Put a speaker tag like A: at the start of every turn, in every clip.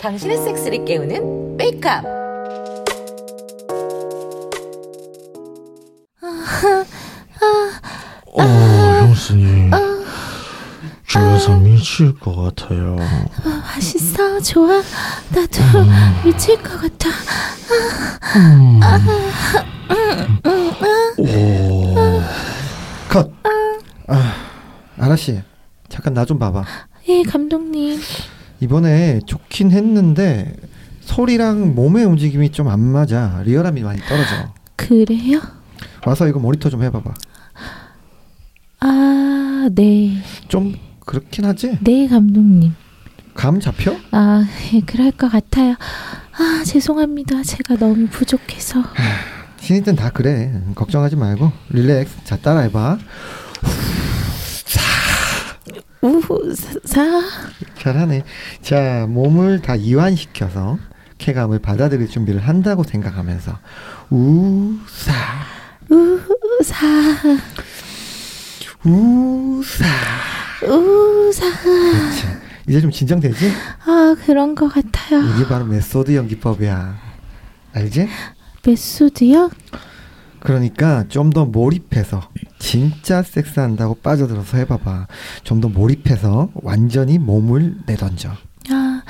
A: 당신의 섹스를 깨우는 메이크업.
B: 어, 형수님. 주여서 미칠 것 같아요.
C: 맛있어 좋아 나도 미칠 것 같아
B: 오.
D: 컷. 아, 아라 씨, 잠깐 나 좀 봐봐.
C: 예 감독님
D: 이번에 좋긴 했는데 소리랑 몸의 움직임이 좀 안 맞아. 리얼함이 많이 떨어져.
C: 그래요?
D: 와서 이거 모니터 좀 해봐봐.
C: 아네네
D: 좀 그렇긴 하지.
C: 네, 감독님
D: 감 잡혀?
C: 아 예, 그럴 것 같아요 아 죄송합니다 제가 너무 부족해서
D: 신인 땐 다 그래. 걱정하지 말고 릴렉스. 자 따라해봐.
C: 우사
D: 잘하네. 자, 몸을 다 이완시켜서 쾌감을 받아들일 준비를 한다고 생각하면서 우사
C: 우사
D: 우사
C: 우사
D: 그렇지. 이제 좀 진정되지?
C: 아 그런 것 같아요
D: 이게 바로 메소드 연기법이야. 알지?
C: 메소드요?
D: 그러니까 좀 더 몰입해서 진짜 섹스한다고 빠져들어서 해봐봐. 좀 더 몰입해서 완전히 몸을 내던져.
C: 아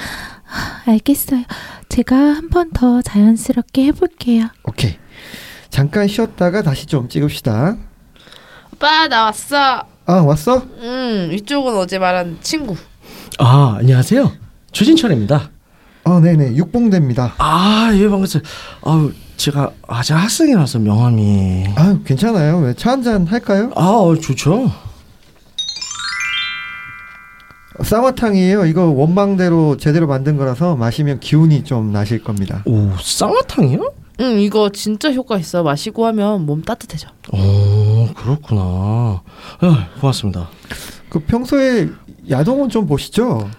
C: 알겠어요 제가 한 번 더 자연스럽게 해볼게요
D: 오케이. 잠깐 쉬었다가 다시 좀 찍읍시다.
E: 오빠 나 왔어.
D: 아 왔어?
E: 음 이쪽은 어제 말한 친구.
B: 아, 안녕하세요. 최진철입니다.
D: 어 네네 육봉대입니다.
B: 아, 예, 반갑습니다. 아우, 제가 아직 학생이라서 명함이.
D: 아 괜찮아요. 왜 차 한잔 할까요?
B: 아, 어, 좋죠.
D: 쌍화탕이에요. 이거 원방대로 제대로 만든 거라서 마시면 기운이 좀 나실 겁니다.
B: 오, 쌍화탕이요?
E: 응 이거 진짜 효과 있어. 마시고 하면 몸 따뜻해져.
B: 오, 어, 그렇구나. 에 고맙습니다.
D: 그 평소에 야동은 좀 보시죠?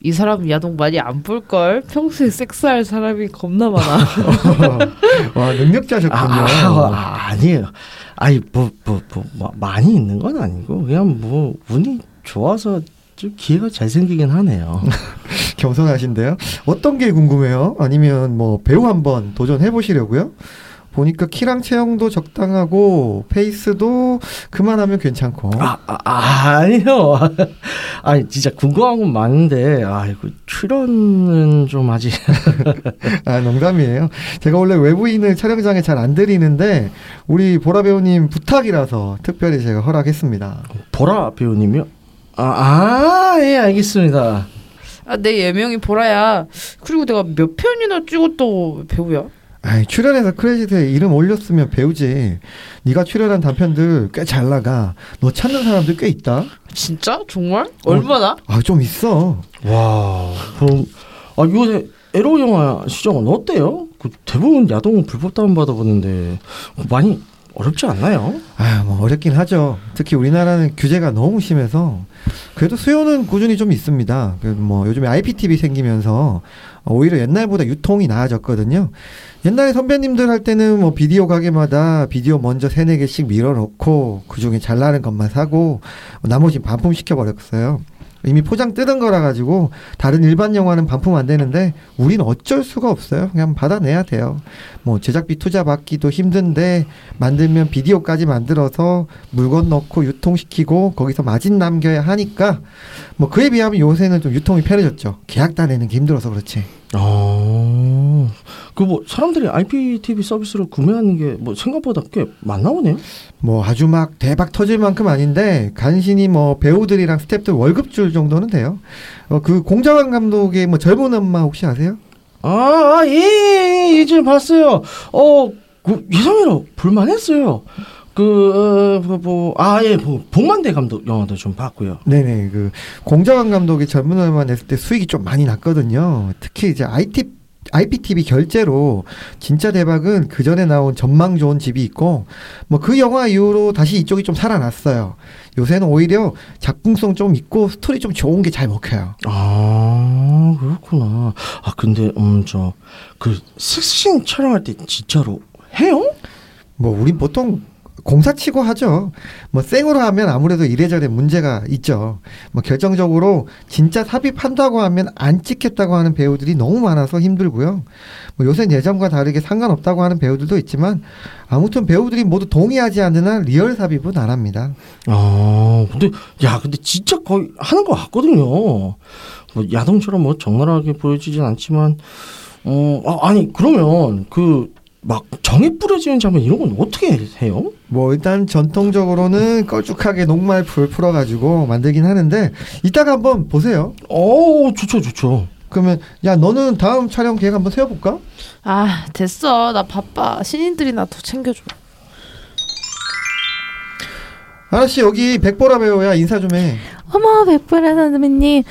E: 이 사람 야동 많이 안 볼 걸. 평소에 섹스할 사람이 겁나 많아.
D: 와 능력자셨군요.
B: 아, 아, 아, 아니에요. 아니 뭐뭐뭐 많이 있는 건 아니고 그냥 뭐 운이 좋아서 좀 기회가 잘 생기긴 하네요.
D: 겸손하신데요. 어떤 게 궁금해요? 아니면 뭐 배우 한번 도전해 보시려고요? 보니까 키랑 체형도 적당하고 페이스도 그만하면 괜찮고.
B: 아, 아, 아 아니요. 아니 진짜 궁금한 건 많은데 아이고 출연은 좀 아직
D: 아 농담이에요. 제가 원래 외부인을 촬영장에 잘 안 들이는데 우리 보라 배우님 부탁이라서 특별히 제가 허락했습니다.
B: 보라 배우님이요. 아, 아, 예, 알겠습니다.
E: 아, 내 예명이 보라야. 그리고 내가 몇 편이나 찍었다고 배우야?
D: 아이, 출연해서 크레딧에 이름 올렸으면 배우지. 네가 출연한 단편들 꽤 잘 나가. 너 찾는 사람들 꽤 있다.
E: 진짜? 정말? 얼마나?
D: 아 좀 있어.
B: 와, 그럼 아 요새 에로 영화 시장은 어때요? 그 대부분 야동 불법 다운 받아보는데 많이 어렵지 않나요?
D: 아뭐 어렵긴 하죠. 특히 우리나라는 규제가 너무 심해서 그래도 수요는 꾸준히 좀 있습니다. 그뭐 요즘에 IPTV 생기면서 오히려 옛날보다 유통이 나아졌거든요. 옛날에 선배님들 할 때는 뭐 비디오 가게마다 비디오 먼저 세네 개씩 밀어놓고 그 중에 잘 나는 것만 사고 나머지 반품 시켜버렸어요. 이미 포장 뜯은 거라 가지고 다른 일반 영화는 반품 안 되는데 우린 어쩔 수가 없어요. 그냥 받아내야 돼요. 뭐 제작비 투자 받기도 힘든데 만들면 비디오까지 만들어서 물건 넣고 유통시키고 거기서 마진 남겨야 하니까 뭐 그에 비하면 요새는 좀 유통이 편해졌죠. 계약 따내는 게 힘들어서 그렇지.
B: 아, 그 뭐 사람들이 IPTV 서비스를 구매하는 게 뭐 생각보다 꽤 많나 보네요.
D: 뭐 아주 막 대박 터질 만큼 아닌데 간신히 뭐 배우들이랑 스탭들 월급 줄 정도는 돼요. 어, 그 공자왕 감독의 뭐 젊은 엄마 혹시 아세요?
B: 아, 아 예, 예, 예, 예전에 봤어요. 어, 그 예전에로 볼만했어요. 그, 어, 그 뭐, 아, 예, 뭐, 복만대 감독 영화도 좀 봤고요.
D: 네네 그 공자왕 감독이 젊은 얼마 냈을 때 수익이 좀 많이 났거든요. 특히 이제 IT IPTV 결제로 진짜 대박은 그 전에 나온 전망 좋은 집이 있고 뭐 그 영화 이후로 다시 이쪽이 좀 살아났어요. 요새는 오히려 작품성 좀 있고 스토리 좀 좋은 게 잘 먹혀요.
B: 아, 그렇구나. 아, 근데, 음, 저, 그, 섹스씬 촬영할 때 진짜로 해요?
D: 뭐 우린 보통 공사치고 하죠. 뭐 생으로 하면 아무래도 이래저래 문제가 있죠. 뭐 결정적으로 진짜 삽입한다고 하면 안 찍겠다고 하는 배우들이 너무 많아서 힘들고요. 뭐 요새 예전과 다르게 상관없다고 하는 배우들도 있지만 아무튼 배우들이 모두 동의하지 않는 한 리얼 삽입은 안 합니다.
B: 아, 근데 야, 근데 진짜 거의 하는 것 같거든요. 뭐 야동처럼 뭐 적나라하게 보여지진 않지만, 어, 아, 아니 그러면 그 막 정에 뿌려지는 장면 이런 건 어떻게 해요?
D: 뭐 일단 전통적으로는 걸쭉하게 녹말풀 풀어가지고 만들긴 하는데 이따가 한번 보세요.
B: 어, 좋죠, 좋죠.
D: 그러면 야 너는 다음 촬영 계획 한번 세워볼까?
E: 아 됐어 나 바빠 신인들이 나 더 챙겨줘
D: 아저씨 여기 백보라 배우야 인사 좀 해.
C: 어머 백보라 선배님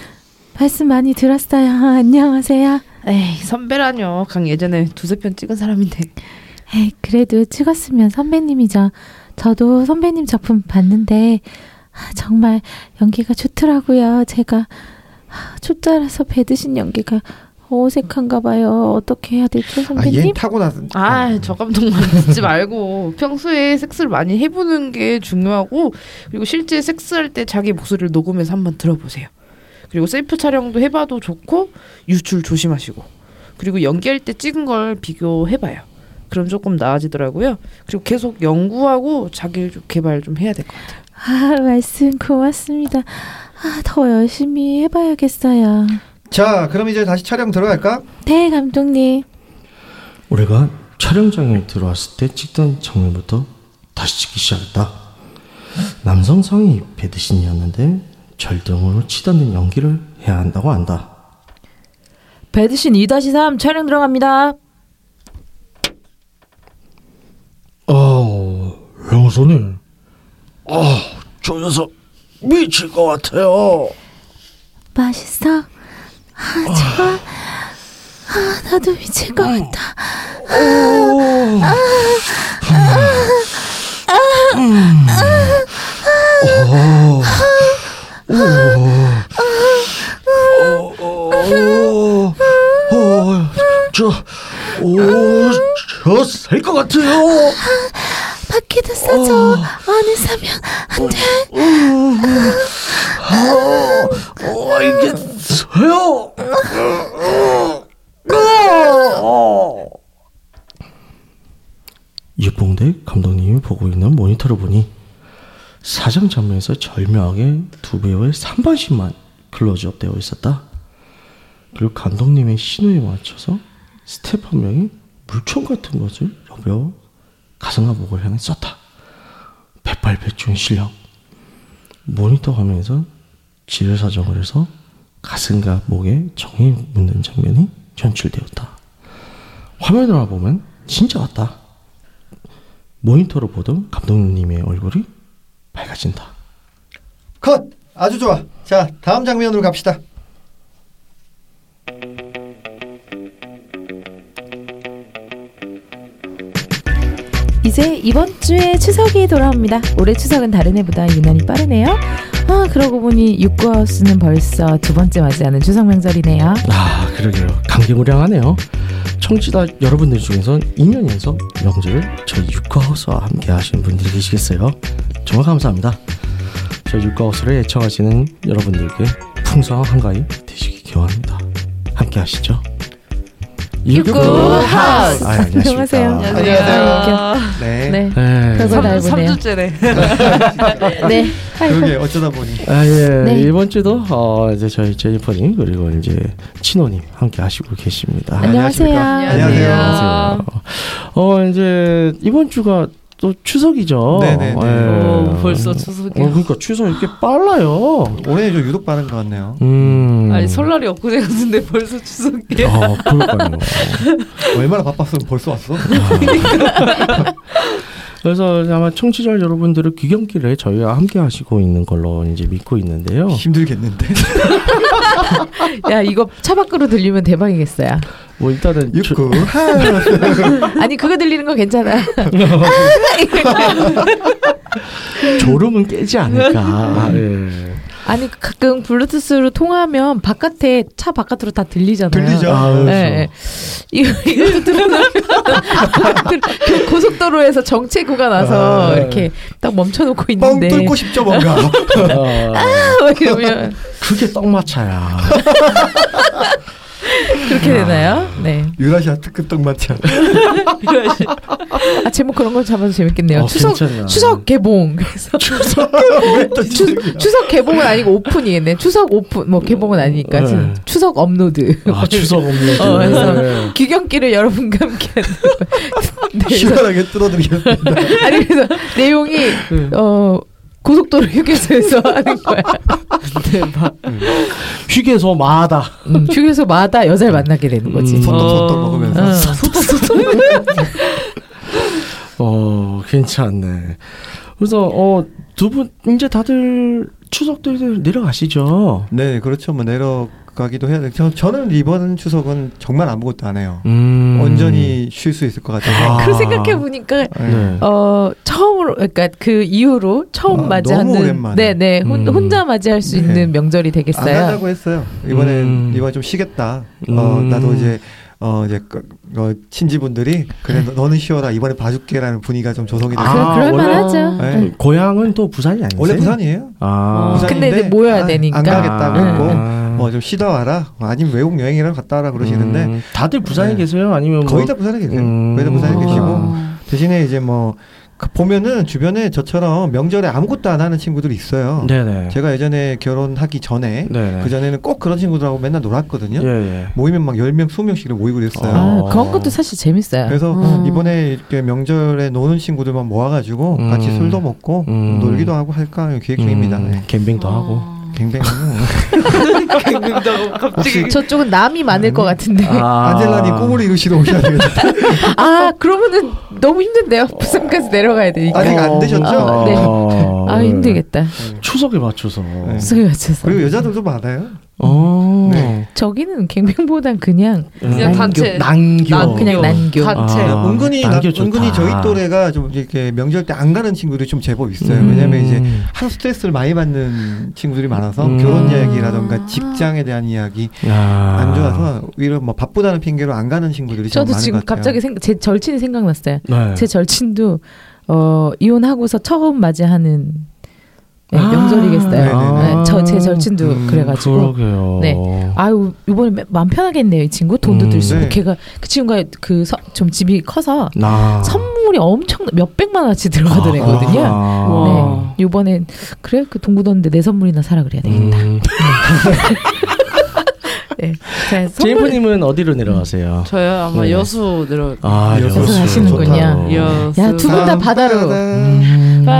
C: 말씀 많이 들었어요. 안녕하세요.
E: 에이 선배라뇨 강 예전에 두세 편 찍은 사람인데
C: 에이, 그래도 찍었으면 선배님이죠. 저도 선배님 작품 봤는데 아, 정말 연기가 좋더라고요. 제가 아, 초짜라서 배드신 연기가 어색한가 봐요. 어떻게 해야 될죠
D: 아
C: 선배님?
D: 얘 타고났.
E: 아 저 감독만 듣지 말고 평소에 섹스를 많이 해보는 게 중요하고 그리고 실제 섹스할 때 자기 목소리를 녹음해서 한번 들어보세요 그리고 셀프 촬영도 해봐도 좋고 유출 조심하시고 그리고 연기할 때 찍은 걸 비교해봐요 그럼 조금 나아지더라고요 그리고 계속 연구하고 자기 개발 좀 해야 될 것 같아요
C: 아 말씀 고맙습니다. 아, 더 열심히 해봐야겠어요.
D: 자 그럼 이제 다시 촬영 들어갈까?
C: 네 감독님.
B: 우리가 촬영장에 들어왔을 때 찍던 장면부터 다시 찍기 시작했다. 남성상이 배드신이었는데 절대음으로 치닫는 연기를 해야 한다고 한다.
F: 배드신 2-3 촬영 들어갑니다.
B: 아, 형수님. 아, 저 녀석 미칠 것 같아요.
C: 맛있어? 아, 제가 아, 나도 미칠 것 같다.
B: 어, 어, 저, 오, 저살것 같아요.
C: 밖에다 싸줘. 안에 싸면 안 돼.
B: 어, 어, 이게 서요. 어, 예봉대 감독님이 보고 있는 모니터를 보니 사장 장면에서 절묘하게 두 배우의 3반씩만 클로즈업 되어 있었다. 그리고 감독님의 신호에 맞춰서 스텝 한 명이 물총 같은 것을 여배우 가슴과 목을 향해 쐈다. 백발백중 실력. 모니터 화면에서 지뢰 사정을 해서 가슴과 목에 정이 묻는 장면이 연출되었다. 화면을 알아보면 진짜 같다. 모니터로 보던 감독님의 얼굴이 밝아진다.
D: 컷 아주 좋아. 자 다음 장면으로 갑시다.
F: 이제 이번 주에 추석이 돌아옵니다. 올해 추석은 다른 해보다 유난히 빠르네요. 아 그러고 보니 육구하우스는 벌써 두 번째 맞이하는 추석 명절이네요.
B: 아, 그러게요. 감개무량하네요. 청취자 여러분들 중에선 2년 연속 명절을 저희 육화하우스와 함께 하시는 분들이 계시겠어요. 정말 감사합니다. 저희 육화하우스를 애청하시는 여러분들께 풍성한 한가위 되시기 기원합니다. 함께 하시죠.
E: 육구하우스!
B: 아, 안녕하십니까.
C: 안녕하세요.
E: 아,
D: 네.
F: 네.
B: 네.
F: 별거 다 해보네요.
E: 3주째네
F: 네.
D: 그러게 어쩌다 보니.
B: 아, 예.
F: 네.
B: 이번 주도 어, 이제 저희 제니퍼님 그리고 이제 친호님 함께 하시고 계십니다.
F: 안녕하세요.
D: 안녕하세요.
B: 어 이제 이번 주가 또 추석이죠.
D: 네네네.
B: 예.
E: 오, 벌써
B: 어,
E: 추석이야.
B: 그러니까 추석 이렇게 빨라요.
D: 올해 좀 유독 빠른 것 같네요.
B: 음.
E: 아니 설날이 엊그제 같은데 벌써 추석이야.
B: 아, 그럴까요.
D: 얼마나 바빴으면 벌써 왔어?
B: 그래서 아마 청취자 여러분들을 귀경길에 저희와 함께 하시고 있는 걸로 이제 믿고 있는데요.
D: 힘들겠는데.
F: 야 이거 차 밖으로 들리면 대박이겠어요.
B: 뭐 일단은 저-
D: 육구 하.
F: 아니 그거 들리는 거 괜찮아.
B: 졸음은 깨지 않을까. 아, 예.
F: 아니 가끔 블루투스로 통화하면 바깥에 차 바깥으로 다 들리잖아요.
D: 들리죠.
B: 아,
F: 예,
B: 그렇죠.
F: 예. 이거 이거 들으면 그 고속도로에서 정체 구가 나서
B: 아.
F: 이렇게 딱 멈춰놓고
D: 네. 뻥
F: 있는데
D: 뚫고 싶죠
B: 아,
D: 뭔가.
F: 막 이러면
B: 그게 떡마차야.
F: 그렇게
B: 아.
F: 되나요? 네.
D: 유라시아 특급 떡마차.
F: 아 제목 그런 걸 잡아도 재밌겠네요.
B: 어,
F: 추석
B: 괜찮아.
F: 추석 개봉. 그래서 추석 추, 추석 개봉은 아니고 오픈이겠네. 추석 오픈 뭐 개봉은 아니니까
B: 네.
F: 지금 추석 업로드.
B: 아 추석 예. 업로드.
F: 어, 그래서 귀경길을 여러분과 함께 하는
D: 시원하게 뚫어드리겠습니다.
F: 아니 그래서 내용이
B: 네.
F: 어 고속도로 휴게소에서 하는 거야. 대박.
B: 휴게소 마다.
F: 음, 휴게소마다 여자를 만나게 되는 거지.
B: 음.
D: 소떡 소떡
E: 어.
F: 어.
D: 먹으면서.
B: 어 괜찮네. 그래서 어두 분 이제 다들 추석도 이제 내려가시죠.
D: 네, 그렇죠. 뭐 내려가기도 해야 돼. 저, 저는 이번 추석은 정말 아무것도 안 해요.
B: 음.
D: 온전히 쉴 수 있을 것 아, 예. 같아요.
B: 아.
F: 그 생각해 보니까
B: 네.
F: 어 처음으로 그러니까 그 이후로 처음
D: 아,
F: 맞이하는
D: 너무 오랜만에.
F: 네네 혼,
B: 음.
F: 혼자 맞이할 수
D: 네.
F: 있는 명절이
D: 안
F: 되겠어요.
D: 하려고 했어요. 이번엔
B: 음.
D: 이번 좀 쉬겠다. 어,
B: 음.
D: 나도 이제 어 이제 그- 어, 친지분들이 그래 너- 너는 쉬어라 이번에 봐줄게라는 분위기가 좀 조성이 돼서
B: 아,
F: 그럴
B: 원래-
F: 만하죠.
D: 네.
B: 네. 고향은 또 부산이 아니세요?
D: 원래 부산이에요.
B: 아.
F: 부산- 근데
D: 부산인데
F: 이제 모여야
D: 아,
F: 되니까.
D: 안 가겠다고
F: 아.
D: 했고
B: 음.
D: 뭐 좀 쉬다 와라 아니면 외국 여행이랑 갔다 와라 그러시는데
B: 음, 다들 부산에
D: 네.
B: 계세요? 아니면 뭐-
D: 거의 다 부산에 계세요.
B: 음.
D: 거의 다 부산에
B: 아.
D: 계시고 대신에 이제 뭐 그- 보면은 주변에 저처럼 명절에 아무것도 안 하는 친구들이 있어요.
B: 네네.
D: 제가 예전에 결혼하기 전에
B: 네네.
D: 그 전에는 꼭 그런 친구들하고 맨날 놀았거든요.
B: 예예.
D: 모이면 막 10명, 20명씩 모이고 그랬어요.
B: 아.
F: 아, 그런 것도 사실 재밌어요.
D: 그래서
F: 어.
D: 이번에 이렇게 명절에 노는 친구들만 모아가지고
B: 음.
D: 같이 술도 먹고
B: 음.
D: 놀기도 하고 할까 계획 중입니다.
B: 음, 아.
D: 네.
B: 갬빙도 하고.
D: 굉장히
F: 아,
E: 갑자기
F: 저쪽은 남이 많을
D: 음.
F: 것 같은데. 아,
D: 안젤라님 꿈을 이루시러 오셔야 되겠다.
F: 그러면은 너무 힘든데요. 부산까지 내려가야 되니까.
D: 어. 아직 안 되셨죠?
F: 아, 네.
B: 어.
F: 아 힘들겠다.
B: 추석에 맞춰서.
F: 수에 맞춰서.
D: 어. 그리고 여자들도 많아요.
B: 어.
D: 네.
F: 저기는 갱뱅보단 그냥
E: 그냥
B: 난-
E: 단체.
B: 난교.
E: 난-
F: 그냥 난교.
E: 단- 단체.
B: 아,
D: 네, 은근히 나,
B: 난교 좋다.
D: 은근히 저희 또래가 좀 이렇게 명절 때 안 가는 친구들이 좀 제법 있어요.
B: 음.
D: 왜냐면 이제 한 스트레스를 많이 받는 친구들이 많아서
B: 음.
D: 결혼 이야기라던가 직장에 대한 이야기
B: 야.
D: 안 좋아서 오히려 뭐 바쁘다는 핑계로 안 가는 친구들이 좀
F: 저도
D: 많은
F: 지금
D: 것 같아요.
F: 갑자기 생각, 제 절친이 생각났어요.
B: 네.
F: 제 절친도 어, 이혼하고서 처음 맞이하는 네,
B: 아.
F: 명절이겠어요.
D: 네네네.
F: 네, 저제 절친도
D: 음,
F: 그래가지고
B: 그러게요.
F: 네. 아유 이번에 매- 마음 편하겠네요 이 친구 돈도
B: 음,
F: 들수 있고
D: 네.
F: 걔가 그 친구가 그 좀 집이 커서
B: 나.
F: 선물이 엄청 몇 백만 원어치 들어가던 애거든요.
B: 아.
F: 네 이번엔 그래 그 돈 굳었는데 내 선물이나 사라 그래야 되겠다.
B: 음.
F: 네. 자, 선물
B: 제이프님은 어디로 내려가세요?
E: 저요 아마
B: 네.
E: 여수 내려
B: 아,
D: 음, 여수
B: 여수
F: 사시는군요.
B: 좋다.
E: 여수
F: 야, 두 분- 다
D: 빰,
F: 바다로.
D: 빠다다.
E: 바다.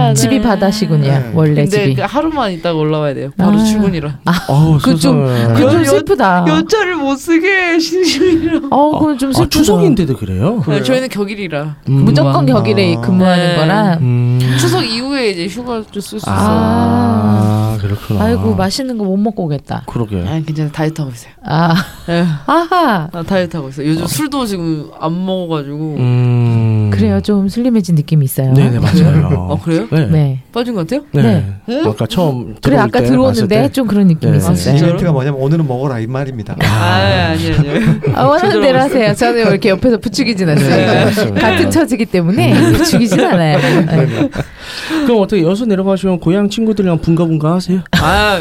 B: 음.
F: 집이 바다시군요
D: 네.
F: 원래
E: 근데
B: 아,
F: 집이.
E: 그 하루만 있다가 올라와야 돼요 바로
F: 아.
E: 출근이라
B: 어우,
F: 그 좀-
B: 세상에.
E: 그-
F: 그좀
E: 여-
F: 슬프다.
E: 연차를 못 쓰게 신심이라
F: 어 그건 좀
B: 아,
F: 슬프다.
B: 추석인데도 그래요?
E: 네, 저희는 격일이라
B: 음.
F: 무조건 격일에
D: 아.
F: 근무하는
E: 네.
F: 거라.
B: 음.
E: 추석 이후에 이제 휴가를 쓸수 있어요 아.
B: 아, 그렇구나.
F: 아이고 맛있는 거 못 먹고 오겠다.
B: 그러게.
E: 니 괜찮아 다이어트 하고 있어요
F: 아
E: 예.
B: 네.
F: 아하
E: 나 다이어트 하고 있어요 요즘 술도 지금 안 먹어가지고
B: 음.
F: 그래요 좀 슬림해진 느낌이 있어요.
B: 네네 맞아요.
E: 아 그래요?
B: 네. 네.
F: 네.
E: 빠진 것 같아요?
B: 네.
E: 네.
B: 아까 처음
F: 그래 아까
B: 때,
F: 들어오는데
B: 봤을 때.
F: 좀 그런 느낌이
B: 네.
F: 있었어요.
E: 진짜로?
D: 이벤트가 뭐냐면 오늘은 먹어라 이 말입니다.
E: 아 아니 아니 아니
F: 아, 원하는 대로 하세요. 저는 이렇게 옆에서
B: 네.
F: 부추기진 않습니다.
B: 알겠습니다.
F: 네. 같은 처지기 때문에 부추기진 않아요. 네.
B: 그럼 어떻게 여수 내려가시면 고향 친구들이랑 분가분가 하세요?
E: 아,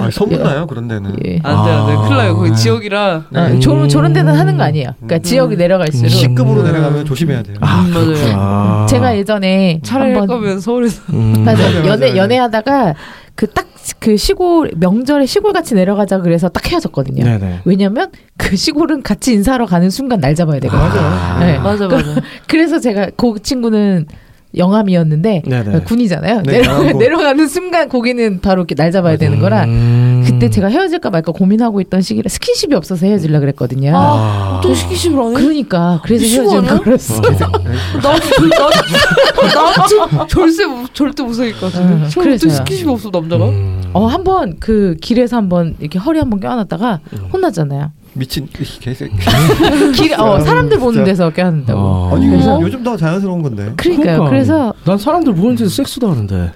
D: 아, 소문나요 그런 데는.
F: 네. 예.
B: 네.
E: 안돼 안돼 큰일 나요 거기
B: 아.
E: 지역이라
F: 어,
B: 음.
F: 저런, 저런 데는 하는 거 아니에요. 그러니까 지역이 내려갈수록
B: 음.
D: C급으로
B: 음.
D: 내려가면 조심해야 돼요.
B: 아
E: 음, 맞아요.
B: 그렇구나.
F: 제가 예전에
E: 차라리 할
F: 한번-
E: 거면 서울에서
B: 음.
F: 맞아
D: 맞아요,
F: 연애
E: 네.
D: 맞아요.
F: 연애하다가 그 딱 그 시골 명절에 시골 같이 내려가자 그래서 딱 헤어졌거든요.
B: 네네.
F: 왜냐면 그 시골은 같이 인사하러 가는 순간 날 잡아야 되거든요.
D: 맞아.
F: 네.
E: 맞아 맞아
F: 그래서 제가 그 친구는 영암이었는데
B: 네네.
F: 군이잖아요.
D: 네,
F: 내려가,
D: 영암고.
F: 내려가는 순간 고기는 바로 이렇게 날 잡아야 되는 거라
B: 음.
F: 그때 제가 헤어질까 말까 고민하고 있던 시기라 스킨십이 없어서 헤어질라 그랬거든요.
E: 아,
B: 아.
F: 어,
E: 또 시키시면 안 해?
F: 그러니까 그래서
E: 미친 거
F: 헤어지는
E: 아니야?
F: 거였어.
E: 나나 아, 절대 못- 절대 못 사귈 것
F: 어,
E: 같은데 절대
F: 그래서요.
E: 시키시면 없어 남자가
B: 음.
F: 어 한 번 그 길에서 한 번 이렇게 허리 한 번 껴안았다가 혼났잖아요.
D: 미친 이 개새끼.
F: 길 어, 사람들 보는 데서 껴안는다고.
B: 어.
D: 음. 아니
F: 그래서
D: 요즘 더 자연스러운 건데.
B: 그러니까.
F: 그러니까요. 그래서
B: 난 사람들 보는 데서 섹스도 하는데.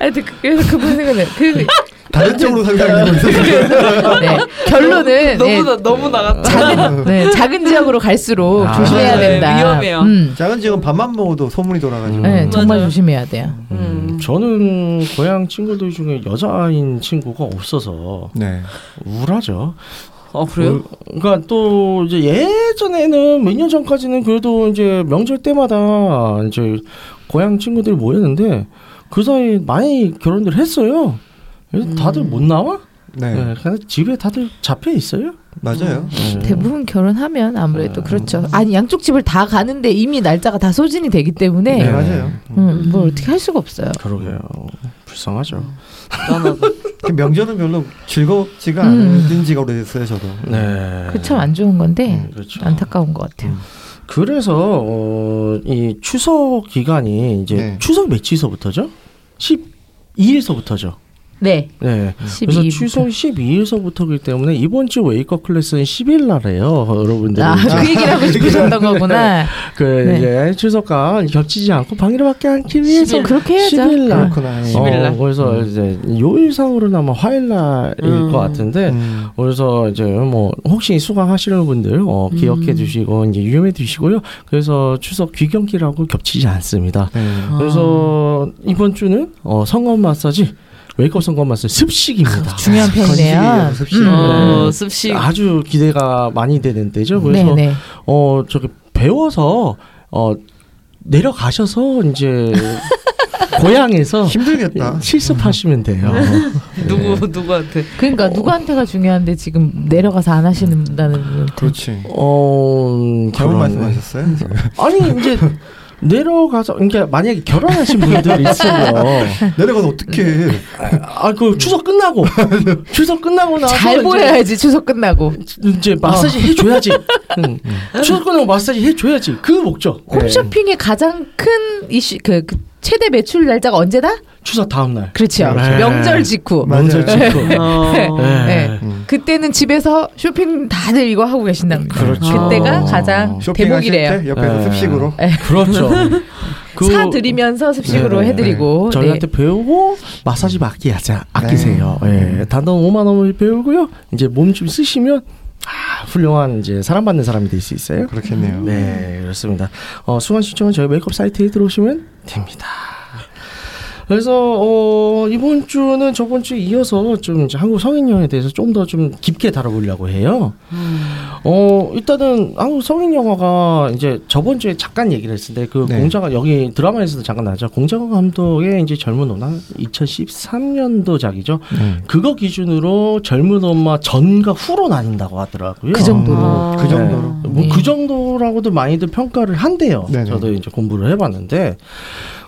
F: 하여튼 그- 그래서 그분 생각나요. 그,
D: 다른 쪽으로 상상하고 있었어요.
F: 네. 결론은 네.
G: 너무 나 너무 나갔다.
F: 작은, 네, 작은 지역으로 갈수록
D: 아,
F: 조심해야
G: 네,
F: 된다.
G: 위험해요.
F: 음,
D: 작은 지역은 밥만 먹어도 소문이
B: 음.
D: 돌아가지고.
F: 네, 정말
G: 맞아요.
F: 조심해야 돼요.
G: 음.
B: 저는 고향 친구들 중에 여자인 친구가 없어서
D: 네.
B: 우울하죠.
G: 아
F: 뭐,
G: 그래요?
B: 그, 러니까또 이제 예전에는 몇 년 전까지는 그래도 이제 명절 때마다 이제 고향 친구들이 모였는데 그 사이 에 많이 결혼들 했어요. 그래서
F: 음.
B: 다들 못 나와?
D: 네.
B: 네, 그냥 집에 다들 잡혀 있어요.
D: 맞아요.
B: 네.
F: 음. 대부분 결혼하면 아무래도 그렇죠. 아니 양쪽 집을 다 가는데 이미 날짜가 다 소진이 되기 때문에
D: 네, 맞아요.
F: 음, 뭘 어떻게 할 수가 없어요.
B: 그러게요. 불쌍하죠.
F: 음.
D: 그 명절은 별로 즐겁지가
F: 음.
D: 않은 지가 오래됐어요, 저도.
B: 네.
F: 그 참 안 좋은 건데
B: 음, 그렇죠.
F: 안타까운 것 같아요.
B: 그래서 어, 이 추석 기간이 이제
D: 네.
B: 추석 며칠서부터죠? 12일서부터죠.
F: 네,
B: 네. 그래서
F: 12일.
B: 추석 12일서부터기 때문에 이번 주 웨이크업 클래스는 10일 날이에요, 여러분들.
F: 아, 그 얘기를 하고
B: 네.
F: 싶으셨던 거구나.
B: 그
F: 네.
B: 이제 추석과 겹치지 않고 방해를 받게 하기 위해서
F: 그래서 그렇게 해야죠. 음,
B: 10일 날.
D: 그렇구나. 예.
G: 십일 날.
B: 어, 그래서 이제 요일상으로는 아마 화요일 날일
G: 음.
B: 것 같은데
D: 음.
B: 그래서 이제 뭐 혹시 수강하시는 분들 어, 기억해 두시고 이제 유념해 두시고요. 그래서 추석 귀경기라고 겹치지 않습니다.
D: 네.
B: 그래서 이번 주는 어, 성검 마사지 웨이크업 성검 마사지 습식입니다.
F: 아, 중요한 음. 편이네요.
D: 건식이에요, 습식.
G: 어 습식.
B: 아주 기대가 많이 되는 때죠. 그래서
F: 네, 네.
B: 어 저기 배워서 어 내려가셔서 이제
F: 어.
B: 고향에서
D: 힘들겠다.
F: 예.
B: 실습하시면 돼요.
F: 음. 네.
G: 누구 누구한테?
F: 그러니까 누구한테가 중요한데 지금 내려가서 안 하시는다는 분.
B: 그렇죠.
D: 그렇지.
B: 어
D: 잘못
B: 결혼-
D: 말씀하셨어요? 지금?
B: 아니 이제 내려가서 그러니까 만약에 결혼하신 분들 있으면
D: 네. 내려가서 어떻게 해?
F: 네.
B: 아그 추석 끝나고 추석 끝나고 나서
F: 잘 어.
B: 이제-
F: 보여야지 추석 끝나고.
B: 이제 마사지 해줘야지. 응. 추석 끝나고 마사지 해줘야지. 그 목적. 네.
F: 홈쇼핑의 가장 큰 이슈 그, 그 최대 매출 날짜가 언제다?
B: 추석 다음 날.
F: 그렇죠.
B: 네.
F: 명절 직후.
D: 맞아요.
B: 명절 직후.
G: 어.
B: 네.
F: 네. 그때는 집에서 쇼핑 다들 이거 하고 계신답니다.
B: 그렇죠.
F: 때가 가장
D: 쇼핑하실
F: 대목이래요.
D: 때 옆에서
B: 네.
D: 습식으로.
B: 그렇죠. 그-
F: 사드리면서 습식으로
B: 네, 네,
F: 해드리고
B: 저희한테 배우고 마사지 받기 하자 아끼세요.
F: 네.
B: 예. 단돈 5만 원을 배우고요. 이제 몸 좀 쓰시면 아, 훌륭한 이제 사랑받는 사람이 될 수 있어요.
D: 그렇겠네요.
B: 네, 그렇습니다. 어, 수강 신청은 저희 메이크업 사이트에 들어오시면 됩니다. 그래서 어, 이번 주는 저번 주에 이어서 좀 이제 한국 성인영에 대해서 좀 더 좀 깊게 다뤄보려고 해요.
F: 음.
B: 어 일단은 한국 성인 영화가 이제 저번 주에 잠깐 얘기를 했는데 그
D: 네.
B: 공자가 여기 드라마에서도 잠깐 나죠. 공자가 감독의 이제 젊은 엄마 2013년도작이죠.
D: 네.
B: 그거 기준으로 젊은 엄마 전과 후로 나뉜다고 하더라고요.
F: 그 정도로
D: 어, 그 정도로.
B: 뭐
F: 네.
B: 그 정도라고도 많이들 평가를 한대요.
D: 네네.
B: 저도 이제 공부를 해봤는데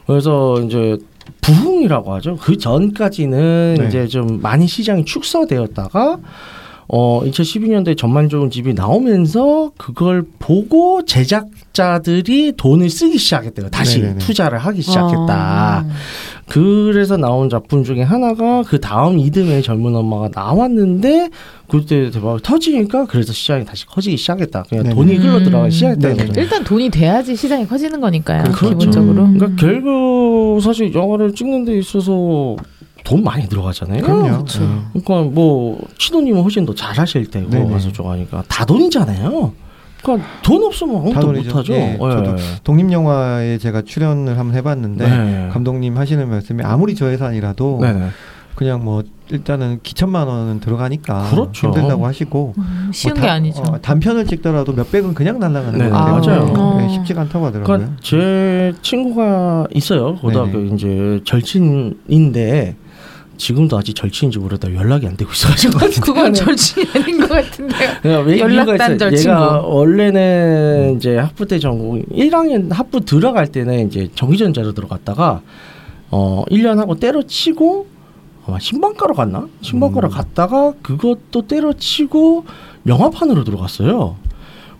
B: 그래서 이제 부흥이라고 하죠. 그 전까지는
D: 네.
B: 이제 좀 많이 시장이 축소되었다가 어 2012년도에 전만 좋은 집이 나오면서 그걸 보고 제작자들이 돈을 쓰기 시작했대요. 다시
D: 네네네.
B: 투자를 하기 시작했다. 그래서 나온 작품 중에 하나가 그 다음 이듬해 젊은 엄마가 나왔는데 그때 대박 터지니까 그래서 시장이 다시 커지기 시작했다. 그냥
D: 네네.
B: 돈이 흘러
F: 음.
B: 들어가기 시작했다는
D: 네네.
B: 거죠.
F: 일단 돈이 돼야지 시장이 커지는 거니까요.
B: 그렇죠.
F: 기본적으로.
E: 음.
B: 그러니까 결국 사실 영화를 찍는 데 있어서 돈 많이 들어가잖아요.
D: 그럼요. 음.
B: 그러니까 뭐 신호님은 훨씬 더 잘하실 테고
D: 네네.
B: 가서 좋아하니까 다 돈이잖아요. 그러니까 돈 없으면
D: 다
B: 아무것도
D: 돈이죠.
B: 못하죠.
D: 예, 저도 독립 영화에 제가 출연을 한번 해봤는데
B: 네.
D: 감독님 하시는 말씀이 아무리 저예산이라도
B: 네네.
D: 그냥 뭐 일단은 기천만 원은 들어가니까
B: 그렇죠.
D: 힘들다고 하시고
F: 음, 쉬운
D: 뭐
F: 게
D: 다-
F: 아니죠.
D: 어, 단편을 찍더라도 몇백은 그냥 날아가는
B: 네,
D: 거예요.
B: 맞아요.
E: 어.
D: 쉽지가 않다고 하더라고요.
B: 그러니까 제 친구가 있어요. 고등학교
D: 네네.
B: 이제 절친인데 지금도 아직 절친인지 모르다 연락이 안 되고 있어가지고.
F: 그건 절친이 아닌 것 같은데요.
B: 그냥 그러니까 왜
F: 연락
B: 이유가 있어요.
F: 단절
B: 얘가
F: 친구. 음.
B: 원래는 이제 학부 때 전공 1학년 학부 들어갈 때는 이제 전기전자로 들어갔다가 어 1년 하고 때려치고 아마 신방가로 갔나?
F: 음.
B: 신방가로 갔다가 그것도 때려치고 영화판으로 들어갔어요.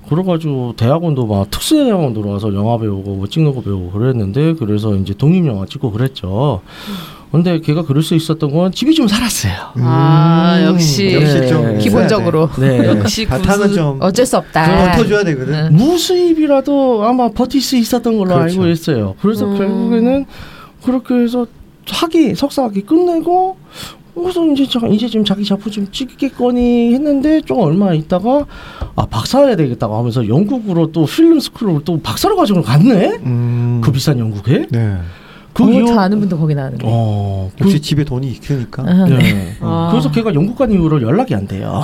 B: 그래가지고 대학원도 막 특수대학원 들어와서 영화 배우고 뭐 찍는 거 배우고 그랬는데 그래서 이제 독립영화 찍고 그랬죠.
F: 음.
B: 근데 걔가 그럴 수 있었던 건 집이 좀 살았어요.
G: 아 역시
D: 음, 역시 좀
B: 네.
D: 있어야
F: 기본적으로
B: 네.
G: 역시
D: 돼. 바탕은
G: 구수.
D: 좀
F: 어쩔 아. 네. 수 없다.
D: 버텨줘야 되거든.
F: 응.
B: 무수입이라도 아마 버틸 수 있었던 걸로
D: 그렇죠.
B: 알고 있어요. 그래서 결국에는 그렇게 해서 학위 석사학위 끝내고 그래서 이제 제가 이제 지금 자기 작품 좀 찍겠거니 했는데 좀 얼마 있다가 아 박사해야 되겠다고 하면서 영국으로 또 필름 스쿨로 또 박사로 과정을 갔네
D: 음.
B: 그 비싼 영국에
D: 네.
B: 그
F: 어,
B: 이후-
F: 저 아는 분도 거기 나왔는데.
B: 어 그-
D: 역시 집에 돈이 있으니까
F: 아,
B: 네.
F: 네.
G: 아.
B: 그래서 걔가 영국 간 이후로 연락이 안 돼요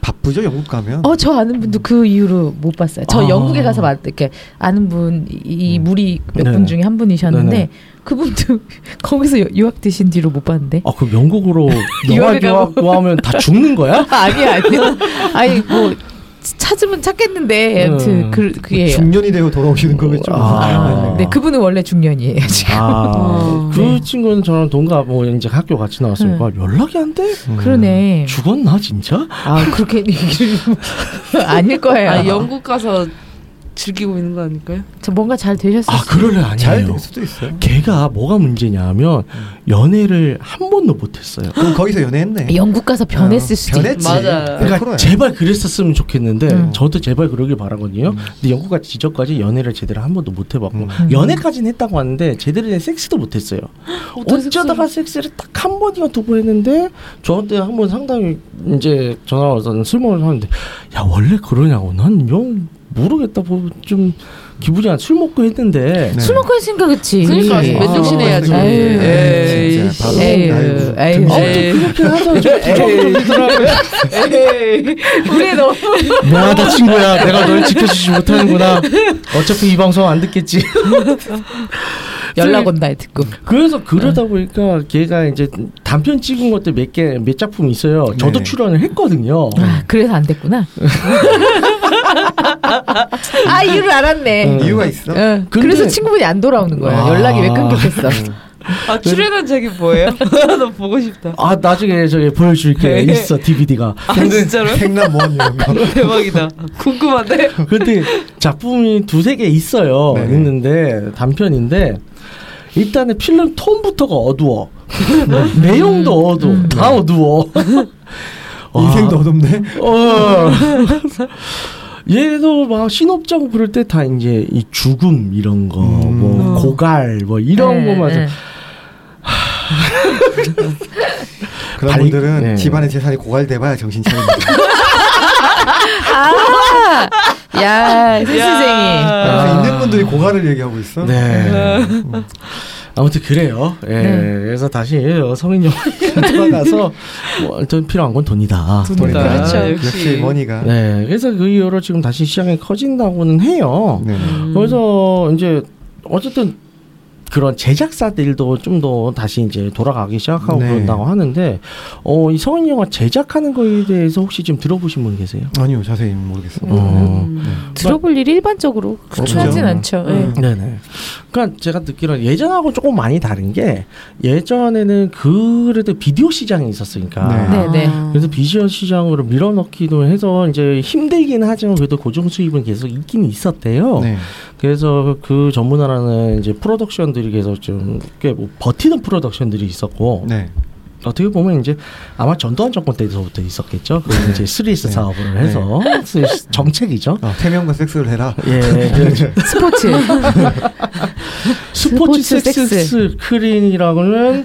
D: 바쁘죠 영국 가면.
F: 어, 저 아는 분도 그 이후로 못 봤어요. 저
B: 아. 음.
F: 영국에 가서 봤, 이렇게 아는 분, 이 무리 몇
B: 네네.
F: 분 중에 한 분이셨는데,
B: 네네.
F: 그분도 거기서 유- 유학 되신 뒤로 못 봤는데.
B: 아 그럼 영국으로 영화
F: 유학을 가고.
B: 유학고 하면 다 죽는 거야?
F: 아, 아니야, 아니야. 아니, 뭐, 찾으면 찾겠는데, 아무튼,
B: 음.
F: 그, 그게.
D: 뭐 중년이 되어 돌아오시는 거겠죠.
B: 아.
F: 네, 그분은 원래 중년이에요, 지금.
B: 아,
G: 어.
B: 그 친구는 저랑 동갑 뭐 이제 학교 같이 나왔으니까 연락이 안 돼?
F: 아, 그러네.
B: 죽었나 진짜?
F: 아, 그렇게 얘기를. 아닐 거예요.
G: 아 영국 가서 즐기고 있는 거 아닐까요?
F: 저 뭔가 잘 되셨을
B: 아 그럴래
D: 잘
B: 아니에요.
D: 될 수도 있어요.
B: 걔가 뭐가 문제냐면 연애를 한 번도 못했어요.
D: 그럼 뭐 거기서 연애했네. 어,
F: 영국 가서 아,
B: 어,
F: 변했을 수도 있
D: 변했지.
G: 맞아요.
B: 그러니까
D: 100% 예요.
B: 제발 그랬었으면 좋겠는데
F: 음.
B: 저도 제발 그러길 바라거든요. 근데 영국같이 지저까지 연애를 제대로 한 번도 못 해봤고
D: 음.
B: 연애까지는 했다고 하는데 제대로 된 섹스도 못했어요. 어쩌다가 섹스를 딱 한 번인가 두 번 했는데 저한테 한 번 상당히 이제 전화 와서 술 먹으러 하는데 야 원래 그러냐고 난 영 모르겠다 뭐 좀 기분이 안 술 먹고 했는데
D: 네.
F: 술 먹고 했으니까 그치.
G: 그러니까
B: 예.
G: 맨정신
D: 아,
G: 해야지.
F: 아유, 네.
G: 에이,
D: 진짜
G: 씨.
D: 바로
F: 에휴,
D: 아이고,
F: 에휴.
B: 아무튼
G: 에이.
B: 그렇게 하다 좀 부정적이더라고요.
F: 네. 우리 너무
B: 미안하다 친구야 내가 널 지켜주지 못하는구나 어차피 이 방송 안 듣겠지
F: 연락 온다 듣고.
D: 네.
B: 그래서 그러다 보니까 걔가 이제 단편 찍은 것도 몇 개 몇 작품 있어요 저도
D: 네.
B: 출연을 했거든요
F: 아 그래서 안 됐구나. 아 이유를 알았네.
B: 음.
D: 이유가 있어.
F: 어,
B: 근데-
F: 그래서 친구분이 안 돌아오는 거야.
B: 아.
F: 연락이 왜 끊겼겠어?
G: 아
F: 네.
G: 출연한 적이 뭐예요? 나 보고 싶다.
B: 아 나중에 저기 보여줄 게
D: 네.
B: 있어 DVD가
G: 아 진짜로?
D: 생남 모험 이런
F: 아,
D: 거.
F: 네.
G: 대박이다. 궁금한데.
B: 근데 작품이 두세 개 있어요.
D: 네.
B: 있는데 단편인데 일단은 필름 톤부터가 어두워.
D: 음.
B: 내용도 어두워. 다 어두워. 와.
D: 네. 인생도 어둡네.
B: 어. 얘도 막 신업자고 그럴 때 다 이제 이 죽음 이런 거,
D: 음.
B: 뭐 고갈 뭐 이런
F: 네,
B: 거만 해서
F: 네.
D: 그런
B: 발-
D: 분들은
B: 네.
D: 집안의 재산이 고갈돼봐야 정신 차립니다.
F: 아, 야, 네. 선생이.
G: 야.
D: 그래서 있는 분들이 고갈을 얘기하고 있어.
B: 네. 아무튼 그래요. 예.
F: 네.
B: 그래서 다시 어, 성인 영화에 들어가서 뭐, 전 필요한 건 돈이다.
D: 돈이다.
G: 그렇죠,
D: 역시.
G: 역시.
D: 머니가. 네.
B: 네. 그래서 그 이후로 지금 다시 시장이 커진다고는 해요.
D: 네.
B: 음. 그래서 이제 어쨌든 그런 제작사들도 좀 더 다시 이제 돌아가기 시작하고
D: 네.
B: 그런다고 하는데 어 이 성인 영화 제작하는 거에 대해서 혹시 지금 들어보신 분 계세요?
D: 아니요 자세히 모르겠어.
B: 음. 어.
F: 들어볼 일 일반적으로
D: 없죠.
F: 추하진 않죠. 예.
D: 음.
B: 네네. 그러니까 제가 듣기로는 예전하고 조금 많이 다른 게 예전에는 그래도 비디오 시장이 있었으니까
D: 네.
F: 네, 네.
E: 아.
B: 그래서 비디오 시장으로 밀어넣기도 해서 이제 힘들긴 하지만 그래도 고정 수입은 계속 있긴 있었대요.
D: 네.
B: 그래서 그 전문화라는 이제 프로덕션들이 계속 좀꽤뭐 버티는 프로덕션들이 있었고
D: 네.
B: 어떻게 보면 이제 아마 전두환 정권 때부터 있었겠죠. 그 이제 스리스
D: 네.
B: 사업을 해서 스리스 정책이죠.
D: 어, 태명과 섹스를 해라.
B: 예,
D: 그렇죠.
B: 그
F: 스포츠.
B: 스포츠
F: 스포츠
B: 섹스
F: 섹스.
B: 스크린이라고는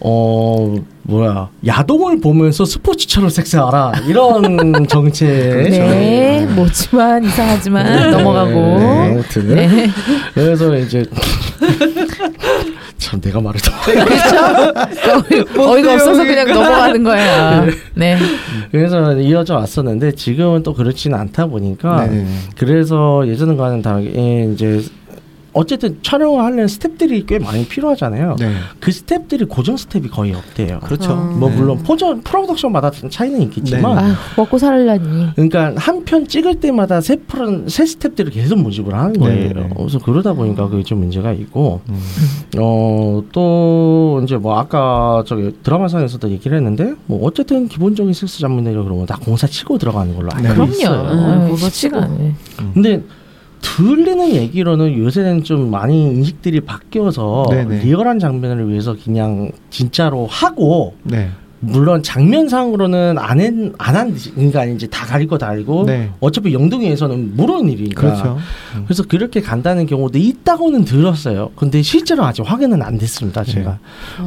B: 어 뭐야 야동을 보면서 스포츠처럼 섹스하라 이런 정책.
F: 네, 뭐지만 이상하지만 넘어가고.
B: 네, 아무튼
F: 네.
B: 그래서 이제 참 내가 말을 더
F: 그렇죠. 어이가 없어서 그냥 넘어가는 거야. 네.
B: 그래서 이어져 왔었는데 지금은 또 그렇지는 않다 보니까
D: 네네네.
B: 그래서 예전과는 다르게 이제 어쨌든 촬영을 하려면 스텝들이 꽤 많이 필요하잖아요.
D: 네.
B: 그 스텝들이 고정 스텝이 거의 없대요.
D: 그렇죠.
B: 뭐
D: 네.
B: 물론 포전 프로덕션마다 좀 차이는 있겠지만
D: 네.
F: 아유, 먹고 살라니.
B: 그러니까 한 편 찍을 때마다 새 프로 새 스텝들을 계속 모집을 하는 거예요.
D: 네, 네.
B: 그래서 그러다 보니까 그게 좀 문제가 있고
D: 음.
B: 어 또 이제 뭐 아까 저기 드라마상에서도 얘기를 했는데 뭐 어쨌든 기본적인 섹스 잡문이라 그러면 다 공사 치고 들어가는 걸로 알고
D: 네.
F: 그럼요.
B: 있어요.
F: 아,
G: 뭐가
F: 쉽지가 않네.
B: 근데 들리는 얘기로는 요새는 좀 많이 인식들이 바뀌어서
D: 네네.
B: 리얼한 장면을 위해서 그냥 진짜로 하고
D: 네.
B: 물론 장면상으로는 안한 안한 인간인지 다 가리고 다르고
D: 네.
B: 어차피 영등이에서는 모르는 일이니까
D: 그렇죠. 음.
B: 그래서 그렇게 간다는 경우도 있다고는 들었어요. 근데 실제로 아직 확인은 안
D: 네.
B: 됐습니다. 제가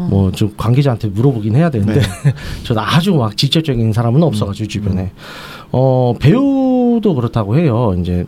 B: 뭐 좀 관계자한테 물어보긴 해야 되는데
D: 네.
B: 저는 아주 막 직접적인 사람은
D: 음.
B: 없어가지고 주변에 어 배우도 그렇다고 해요. 이제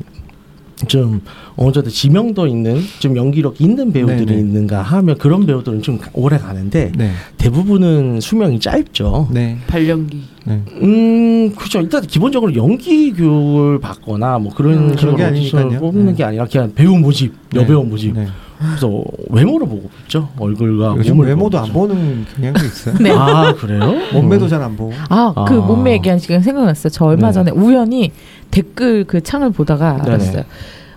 B: 좀 어느 정도 지명도 있는 좀 연기력 있는 배우들이
D: 네네.
B: 있는가 하면 그런 배우들은 좀 오래 가는데
D: 네.
B: 대부분은 수명이 짧죠.
D: 네.
E: 발령기.
D: 네.
B: 음, 그렇죠. 일단 기본적으로 연기 교육을 받거나 뭐 그런
D: 음, 그런
B: 식으로
D: 게
B: 오디션을
D: 아니니까요.
B: 뽑는
D: 네.
B: 게 아니라 그냥 배우 모집, 여배우 모집.
D: 네.
B: 그래서 외모를 보고 뽑죠. 얼굴과
D: 요즘
B: 몸을
D: 외모도
B: 보고
D: 안 보는 경향도 있어요.
F: 네.
B: 뽑죠. 아, 그래요?
D: 몸매도
B: 음.
D: 잘 안 보고.
F: 아, 그
B: 아.
F: 몸매 얘기한 시간 생각났어요. 저 얼마
B: 네.
F: 전에 우연히 댓글 그 창을 보다가
B: 네네.
F: 알았어요.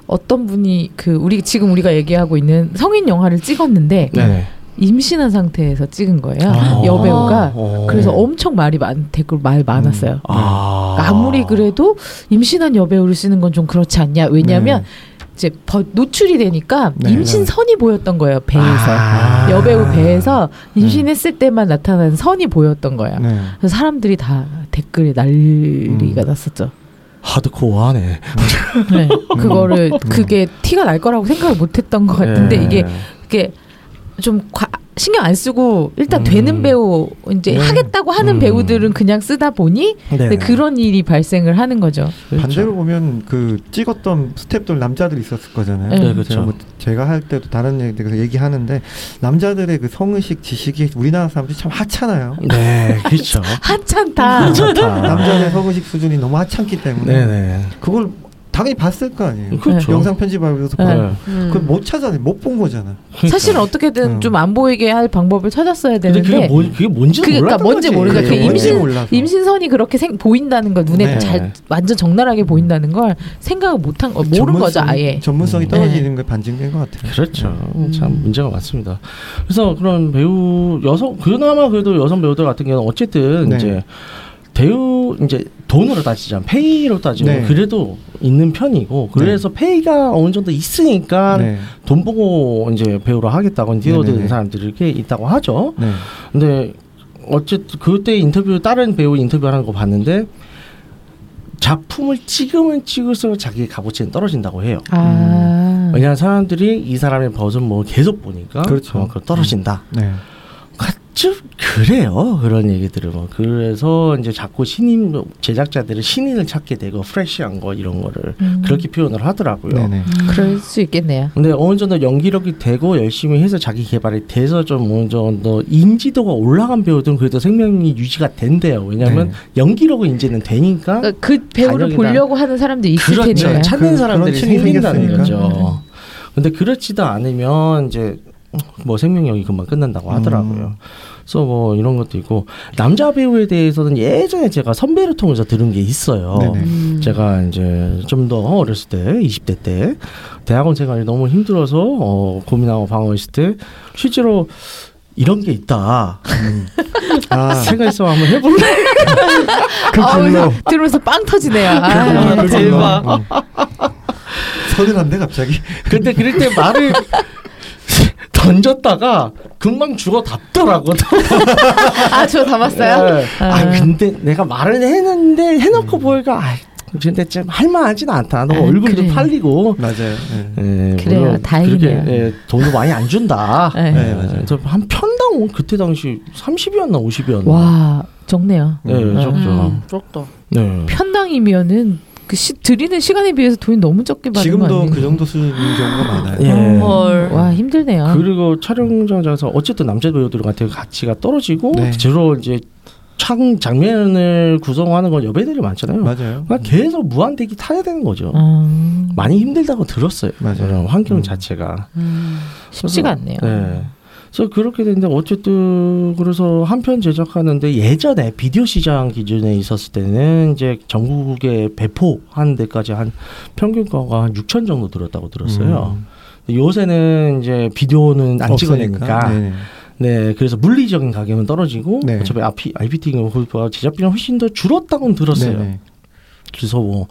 F: 어떤 분이 그 우리 지금 우리가 얘기하고 있는 성인 영화를 찍었는데
B: 네네.
F: 임신한 상태에서 찍은 거예요.
B: 아.
F: 여배우가
B: 어.
F: 그래서 엄청 말이 많 댓글 말 많았어요.
B: 아.
F: 아무리 그래도 임신한 여배우를 쓰는 건 좀 그렇지 않냐? 왜냐하면
B: 네.
F: 이제 버- 노출이 되니까
D: 네,
F: 임신선이 보였던 거예요 배에서
B: 아. 음.
F: 여배우 배에서 임신했을 때만 나타나는 선이 보였던 거예요.
D: 네.
F: 그래서 사람들이 다 댓글에
B: 음.
F: 난리가 났었죠.
B: 하드코어하네.
F: 네.
B: 음.
F: 그거를 그게 티가 날 거라고 생각을 못했던 것 같은데
B: 네.
F: 이게 이게 좀 과- 신경 안 쓰고 일단
B: 음.
F: 되는 배우 이제
B: 네.
F: 하겠다고 하는
B: 음.
F: 배우들은 그냥 쓰다 보니
B: 네네.
F: 네, 그런 일이 발생을 하는 거죠.
B: 그렇죠.
D: 반대로 보면 그 찍었던 스탭들 남자들 있었을 거잖아요.
F: 네,
D: 제가
B: 그렇죠.
D: 뭐 제가 할 때도 다른 얘기에서 얘기하는데 남자들의 그 성의식 지식이 우리나라 사람들이 참 하찮아요.
B: 네, 그렇죠.
D: 음.
F: 하찮다.
B: 좋다.
D: 남자의 성의식 수준이 너무 하찮기 때문에
B: 아. 네네.
D: 그걸 당연히 봤을 거 아니에요.
B: 그렇죠.
D: 영상 편집하면서
F: 네.
D: 보면
E: 음.
D: 그걸 못 찾아내, 못 본 거잖아.
F: 사실은 어떻게든
D: 음.
F: 좀 안 보이게 할 방법을 찾았어야
B: 그러니까. 근데 그게
F: 되는데
B: 뭐 그게 뭔지도
F: 그게
B: 몰랐던
F: 그러니까 뭔지
B: 거지.
F: 모르니까 그
D: 그게 뭔지
F: 임신
D: 몰라서.
F: 임신선이 그렇게 생, 보인다는 걸 눈에
D: 네.
F: 잘 완전 적나라하게 보인다는 걸 생각을 못한 거 모른 거죠
D: 전문성-
F: 아예.
B: 음.
F: 네.
D: 전문성이 떨어지는 게 반증된 것 같아요.
B: 그렇죠.
D: 음.
B: 참 문제가 많습니다. 그래서 그런 배우 여성 그나마 그래도 여성 배우들 같은 경우는 어쨌든
D: 네.
B: 이제 대우 이제 돈으로 따지자면 페이로 따지면
D: 네.
B: 그래도 있는 편이고 그래서 페이가 어느 정도 있으니까
D: 네.
B: 돈 보고 이제 배우로 하겠다고 뛰어드는
D: 네네네.
B: 사람들이 꽤 있다고 하죠.
D: 네.
B: 근데 어쨌든 그때 인터뷰 다른 배우 인터뷰하는 거 봤는데 작품을 찍으면 찍을수록 자기 값어치는 떨어진다고 해요.
F: 아.
B: 왜냐하면 사람들이 이 사람의 버전 뭐 계속 보니까
D: 음.
B: 뭐
D: 그렇죠.
B: 그만큼 떨어진다.
D: 네.
B: 좀 그래요 그런 얘기들을 뭐 그래서 이제 자꾸 신인 제작자들은 신인을 찾게 되고 프레시한 거 이런 거를 그렇게 표현을 하더라고요.
D: 음.
B: 음.
D: 네. 네.
F: 음. 그럴 수 있겠네요.
B: 근데 어느 정도 연기력이 되고 열심히 해서 자기 개발이 돼서 좀 어느 정도 인지도가 올라간 배우들은 그래도 생명이 유지가 된대요. 왜냐하면
D: 네.
B: 연기력은 이제는 되니까
F: 그러니까 그 배우를
B: 가격이나-
F: 보려고 하는 사람들이 있을
B: 그렇죠.
F: 테니까요.
B: 찾는
D: 그-
B: 사람들이
D: 그런 일이
B: 생긴다는
D: 생겼으니까.
B: 거죠. 근데 그렇지도 않으면 이제 뭐 생명력이 금방 끝난다고 하더라고요.
D: 음.
B: 그래서 뭐 이런 것도 있고 남자 배우에 대해서는 예전에 제가 선배를 통해서 들은 게 있어요.
D: 네네.
F: 음.
B: 제가 이제 좀 더 어렸을 때 20대 때 대학원 생활이 너무 힘들어서 어, 고민하고 방황했을 때 실제로 이런 게 있다
D: 음. 아,
B: 생각했으면 한번 해볼래
D: 그
B: 아,
D: 길로.
F: 아, 들으면서 빵 터지네요.
D: 아,
F: 아,
D: 그 길로.
G: 대박.
D: 어.
B: 아.
D: 서늘한데 갑자기.
B: 근데 그럴 때 말을 던졌다가 금방 죽어 답더라고.
F: 아, 저 담았어요? 음.
B: 네. 아 근데 내가 말을 했는데 해놓고 보니까 아 근데 좀 할만하진 않다. 너
F: 아,
B: 얼굴도
F: 그래요.
B: 팔리고.
D: 맞아요. 네.
B: 예,
F: 그래요.
B: 물론
F: 다행이네요.
B: 그렇게, 예, 돈도 많이 안 준다. 예,
F: 네.
D: 네, 맞아요.
B: 저한 편당 오- 그때 당시 30이었나 50이었나.
F: 와, 음. 적네요.
B: 네, 적죠.
E: 부럽다.
F: 음.
B: 네.
F: 편당이면은 그 시, 드리는 시간에 비해서 돈이 너무 적게 받는 거
D: 지금도 네.
F: 아니에요?
D: 그 정도 수준인 경우가 많아요.
B: 네. 예.
F: 음, 와, 힘들네요.
D: 아.
B: 그리고 촬영장에서 어쨌든 남자 배우들한테 가치가 떨어지고
D: 네.
B: 주로 이제 창 장면을 구성하는 건 여배들이 많잖아요.
D: 맞아요.
B: 그러니까 계속 무한대기 타야 되는 거죠.
F: 음,
B: 많이 힘들다고 들었어요.
D: 맞아요.
B: 그런 환경
D: 음.
B: 자체가.
F: 쉽지가 않네요.
B: 네. 그래서 그렇게 됐는데 어쨌든 그래서 한 편 제작하는데 예전에 비디오 시장 기준에 있었을 때는 이제 전국에 배포하는 데까지 한 평균가가 한 6천 정도 들었다고 들었어요.
D: 음.
B: 근데 요새는 이제 비디오는 그렇죠. 안 찍어내니까
D: 네네.
B: 네, 그래서 물리적인 가격은 떨어지고
D: 네.
B: 어차피 IP, IPT 가 제작비는 훨씬 더 줄었다고는 들었어요.
D: 네네.
B: 그래서 뭐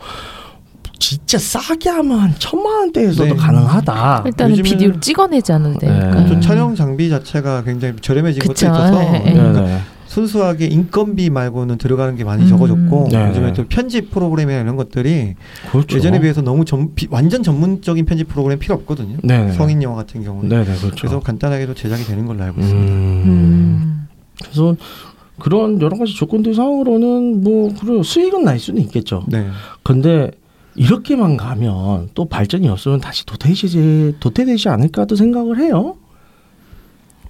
B: 진짜 싸게 하면 한 천만 원대에서도
D: 네.
B: 가능하다.
F: 일단은
D: 요즘에는-
F: 비디오를 찍어내지 않아도 되니까.
B: 네.
D: 좀 촬영 장비 자체가 굉장히 저렴해진
F: 그쵸.
D: 것도 있어서
F: 네, 네.
B: 네,
D: 그러니까
B: 네.
D: 순수하게 인건비 말고는 들어가는 게 많이
F: 음.
D: 적어졌고
B: 네.
D: 요즘에 또 편집 프로그램이나 이런 것들이
B: 그렇죠.
D: 예전에 비해서 너무 전, 비- 완전 전문적인 편집 프로그램 필요 없거든요.
B: 네네.
D: 성인 영화 같은 경우는
B: 네네 그렇죠.
D: 뭐 그래서 간단하게도 제작이 되는 걸로 알고 있습니다.
B: 음. 그래서 그런 여러 가지 조건들 상으로는 뭐 그래요 수익은 날 수는 있겠죠.
D: 네.
B: 근데 이렇게만 가면 또 발전이 없으면 다시 도태되지 도태되지 않을까도 생각을 해요.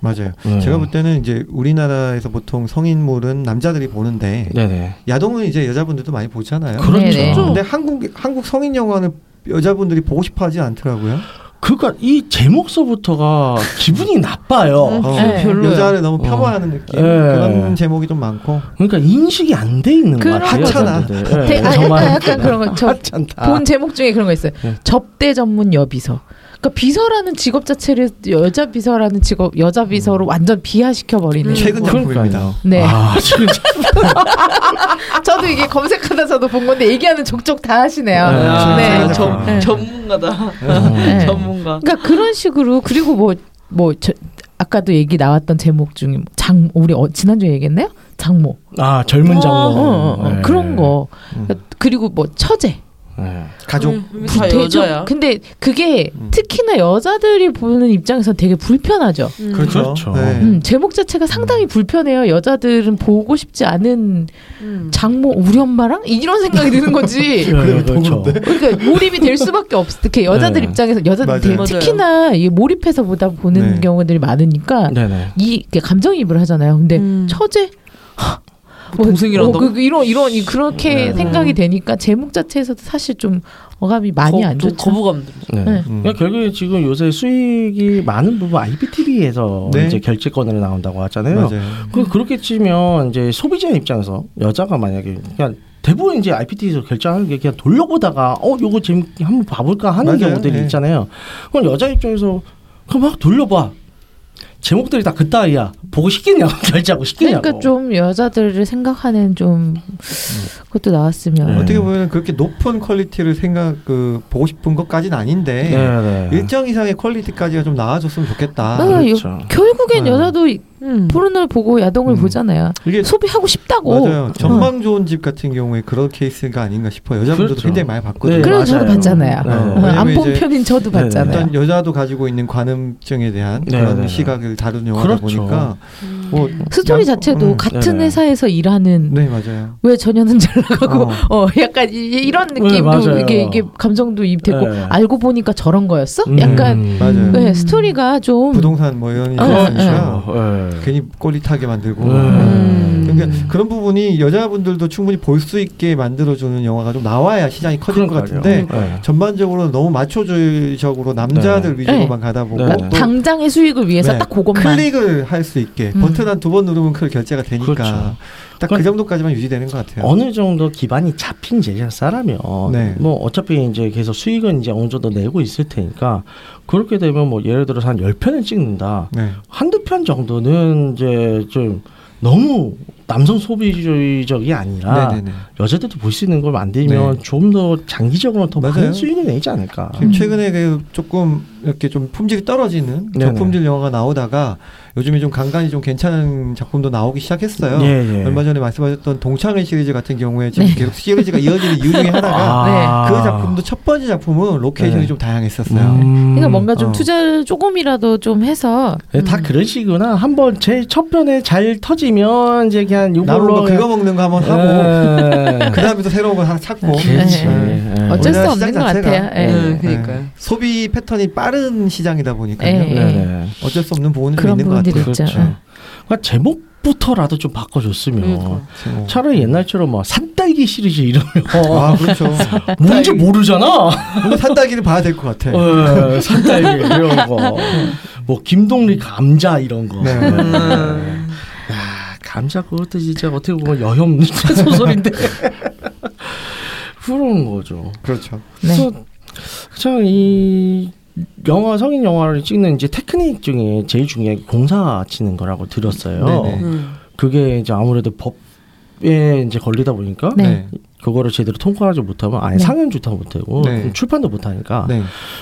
D: 맞아요.
B: 네.
D: 제가 볼 때는 이제 우리나라에서 보통 성인물은 남자들이 보는데
B: 네네.
D: 야동은 이제 여자분들도 많이 보잖아요.
B: 그렇죠.
F: 네네.
D: 근데 한국 한국 성인 영화는 여자분들이 보고 싶어하지 않더라고요.
B: 그러니까 이 제목서부터가 기분이
F: 음.
B: 나빠요.
D: 어,
E: 네. 별로예요.
D: 여자를 너무 폄하하는 느낌
B: 예.
D: 그런 제목이 좀 많고
B: 그러니까 인식이 안 돼 있는 것
F: 그런
B: 같아요.
D: 하찮아.
B: 여자분들.
F: 대-
B: 예,
F: 아,
B: 정말
F: 그렇죠. 약간, 약간 그런 거. 저,
B: 하찮다.
F: 본 제목 중에 그런 거 있어요.
B: 네.
F: 접대 전문 여비서. 그러니까 비서라는 직업 자체를 여자 비서라는 직업 여자
B: 음.
F: 비서로 완전 비하시켜 버리는.
D: 최근 작품입니다.
B: 그러니까요.
F: 네.
B: 아, 지금 참-
F: 저도 이게 검색하다서도 본 건데 얘기하는 족족 다 하시네요.
B: 아,
F: 네.
D: 최근
F: 저-
D: 작품.
F: 네.
G: 전문가다.
B: 어.
F: 네.
G: 전문가.
F: 그러니까 그런 식으로 그리고 뭐 뭐 아까도 얘기 나왔던 제목 중에 뭐장 우리 어, 지난주에 얘기했나요? 장모.
B: 아 젊은 장로
F: 어, 어, 어,
B: 예.
F: 그런 거.
D: 음.
F: 그리고 뭐 처제.
B: 예.
D: 가족
G: 음, 다
F: 부태죠.
G: 여자야.
F: 근데 그게
D: 음.
F: 특히나 여자들이 보는 입장에서 되게 불편하죠.
D: 그렇죠.
B: 그렇죠.
D: 네. 음.
F: 음, 제목 자체가 상당히 불편해요. 여자들은 보고 싶지 않은
G: 음.
F: 장모 우리 엄마랑 이런 생각이 드는
D: 네.
F: 거지.
B: 예, 그렇죠.
F: 그러니까 몰입이 될 수밖에 없. 이렇게 여자들
B: 네.
F: 입장에서 여자들
D: 맞아요.
F: 되게
G: 맞아요.
F: 특히나 이 몰입해서 보다 보는
D: 네.
F: 경우들이 많으니까
B: 네네.
F: 이 이렇게 감정이입을 하잖아요. 근데
G: 음.
F: 처제 하, 뭐,
G: 동생이랑
F: 어,
G: 너-
F: 그, 그 이런 이런 이- 그렇게
B: 네.
F: 생각이 되니까 제목 자체에서도 사실 좀 어감이 많이
G: 거-
F: 안
G: 좀
F: 좋죠.
G: 거부감 들어.
B: 네.
F: 네.
B: 그러니까 결국에 지금 요새 수익이 많은 부분 IPTV에서
D: 네.
B: 이제 결제권으로 나온다고 하잖아요.
D: 맞아요.
B: 그 그렇게 치면 이제 소비자 입장에서 여자가 만약에 그냥 대부분 이제 IPTV에서 결제하는 게 그냥 돌려보다가 어 요거 재밌게 한번 봐볼까 하는
D: 맞아요.
B: 경우들이
D: 네.
B: 있잖아요. 그럼 여자 입장에서 그럼 막 돌려봐. 제목들이 다 그따위야. 보고 싶겠냐고 결제하고 싶겠냐고.
F: 그러니까 좀 여자들을 생각하는 좀 그것도
B: 네.
F: 나왔으면
D: 어떻게 보면 그렇게 높은 퀄리티를 생각 그 보고 싶은 것까지는 아닌데
B: 네, 네.
D: 일정 이상의 퀄리티까지가 좀 나아졌으면 좋겠다.
F: 아, 요-
B: 그렇죠.
F: 결국엔
D: 네.
F: 여자도 이- 포르노를 보고 야동을
D: 음.
F: 보잖아요.
D: 이게
F: 소비하고 싶다고.
B: 어.
D: 맞아요. 전망 좋은 집 같은 경우에 그런 케이스가 아닌가 싶어요. 여자분들도
B: 그렇죠.
D: 굉장히 많이 봤거든요.
B: 네,
F: 그래서 저도
B: 맞아요.
F: 봤잖아요.
B: 네.
D: 왜냐면
F: 안 본
D: 이제
F: 편인 저도
B: 네, 네.
F: 봤잖아요.
D: 일단 여자도 가지고 있는 관음증에 대한
B: 네,
D: 그런
B: 네, 네.
D: 시각을 다룬 영화다
B: 그렇죠.
D: 보니까 뭐
F: 스토리
D: 양-
F: 자체도
D: 음,
F: 같은
B: 네네.
F: 회사에서 일하는
D: 네 맞아요.
F: 왜 저녀는 잘
B: 아,
F: 나가고
D: 어.
F: 어, 약간 이- 이런 느낌도
B: 네, 맞아요.
F: 이게 이게 감정도 입됐고
B: 네.
F: 알고 보니까 저런 거였어? 아, 약간
B: 음.
D: 맞아요.
F: 네, 스토리가 좀
D: 부동산 뭐 이런
B: 아,
F: 어,
B: 네.
D: 일이니까
B: 그렇죠. 예.
D: 괜히 꼴릿하게 만들고.
B: 음.
D: 그러니까 그런 부분이 여자분들도 충분히 볼 수 있게 만들어주는 영화가 좀 나와야 시장이 커질 것
B: 그러니까요.
D: 같은데
B: 네.
D: 전반적으로 너무 마초주의적으로 남자들 위주로만 가다 보고
B: 네.
F: 꼭 어, 당장의 수익을 위해서
D: 네.
F: 딱 그것만
D: 클릭을 할 수 있게
F: 음.
D: 버튼 한 두 번 누르면 그 결제가 되니까
B: 그렇죠.
D: 딱 그
B: 그건-
D: 정도까지만 유지되는 것 같아요.
B: 어느 정도 기반이 잡힌 제작사라면
D: 네.
B: 뭐 어차피 이제 계속 수익은 이제 어느 정도 내고 있을 테니까 그렇게 되면 뭐 예를 들어서 한 10편을 찍는다.
D: 네.
B: 한두 편 정도는 이제 좀 너무 남성 소비주의적이 아니라
D: 네네네.
B: 여자들도 볼 수 있는 걸 만들면
D: 네.
B: 좀 더 장기적으로 더
D: 맞아요.
B: 많은 수익을 내지 않을까.
D: 지금 최근에 그 조금 이렇게 좀 품질이 떨어지는
B: 네네.
D: 저품질 영화가 나오다가 요즘에 좀 간간히 좀 괜찮은 작품도 나오기 시작했어요.
B: 예, 예.
D: 얼마 전에 말씀하셨던 동창회 시리즈 같은 경우에 지금 계속 시리즈가 이어지는 이유 중에 하나가
B: 아.
D: 그 작품도 첫 번째 작품은 로케이션이
B: 네. 음.
D: 좀 다양했었어요.
F: 그러니까 뭔가 음. 좀
D: 어.
F: 투자를 조금이라도 좀 해서
B: 네, 다 그런 식이구나. 한번 제 첫 편에 잘 터지면 이제 그냥
D: 남은
B: 요걸로
D: 거뭐 그거 먹는 거 한번 하고
B: 하고
D: 그 다음에 또 새로운 거 하나 찾고
B: 그렇지.
D: 네.
B: 예.
F: 어쩔 수
D: 우리나라
F: 없는 것
D: 시장 자체가-
F: 같아요. 예.
G: 네,
D: 네.
G: 그러니까요.
D: 소비 패턴이 빠른 시장이다 보니까요.
F: 네.
B: 네네.
D: 어쩔 수 없는 부분이
F: 그런
D: 있는 것
F: 부분들이
D: 같아요.
F: 있죠.
B: 그렇죠.
F: 응.
B: 그러니까 제목부터라도 좀 바꿔줬으면
G: 그러니까.
B: 네.
D: 뭐.
B: 차라리 옛날처럼 뭐 산딸기 시리즈 이러면
D: 아 그렇죠.
B: 뭔지 모르잖아.
D: 근데 산딸기는 봐야 될 것 같아.
B: 예, 산딸기 이런 거, 뭐 김동리 감자 이런 거.
D: 네.
B: 예. 야 감자 그것도 진짜 어떻게 보면 여혐 소설인데 부러운 거죠.
D: 그렇죠.
F: 네.
B: 그래서 참이 영화 성인 영화를 찍는 이제 테크닉 중에 제일 중요한 게 공사 치는 거라고 들었어요.
D: 네네.
G: 음.
B: 그게 이제 아무래도 법에 이제 걸리다 보니까
F: 네.
B: 그거를 제대로 통과하지 못하면 아예
C: 네.
B: 상영조차 못하고
D: 네.
B: 그럼 출판도 못하니까
D: 네.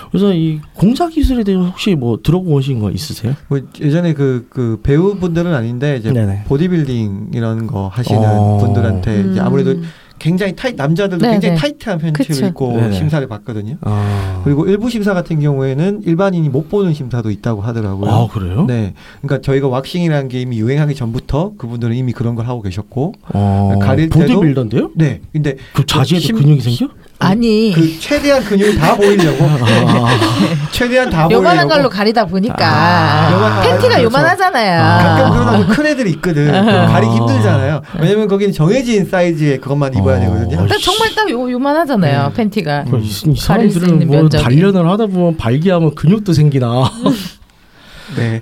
B: 그래서 이 공사 기술에 대해서 혹시 뭐 들어보신 거 있으세요?
D: 뭐 예전에 그, 그 배우분들은 아닌데 이제
B: 네네.
D: 보디빌딩 이런 거 하시는
B: 어.
D: 분들한테 이제 아무래도
E: 음.
D: 굉장히 타이 남자들도
C: 네,
D: 굉장히
C: 네.
D: 타이트한
C: 그쵸.
D: 팬츠를 입고
B: 네네.
D: 심사를 받거든요.
B: 아,
D: 그리고 일부 심사 같은 경우에는 일반인이 못 보는 심사도 있다고 하더라고요.
B: 아 그래요?
D: 네, 그러니까 저희가 왁싱이라는 게 이미 유행하기 전부터 그분들은 이미 그런 걸 하고 계셨고,
B: 어,
D: 가릴 때도-
B: 보디빌더인데요?
D: 네, 근데
B: 그 자지에도
D: 심- 네.
B: 근육이 생겨?
A: 아니
D: 그 최대한 근육을 다 보이려고 최대한 다 보이려고
A: 요만한 걸로 가리다
B: 아,
A: 보니까
D: 요만한-
A: 팬티가
D: 그렇죠.
A: 요만하잖아요.
B: 아.
D: 가끔 그러다 보면 큰 애들이 있거든. 그럼 가리기
B: 아.
D: 힘들잖아요. 왜냐면 거기는 정해진 사이즈의 그것만 입어야
B: 어.
D: 되거든요.
F: 딱 정말 딱 요, 요만하잖아요 팬티가
B: 그 이, 이
F: 가릴 수
B: 사람들은
F: 있는
B: 뭐
F: 면적이.
B: 단련을 하다 보면 발기하면 근육도 생기나.
D: 네.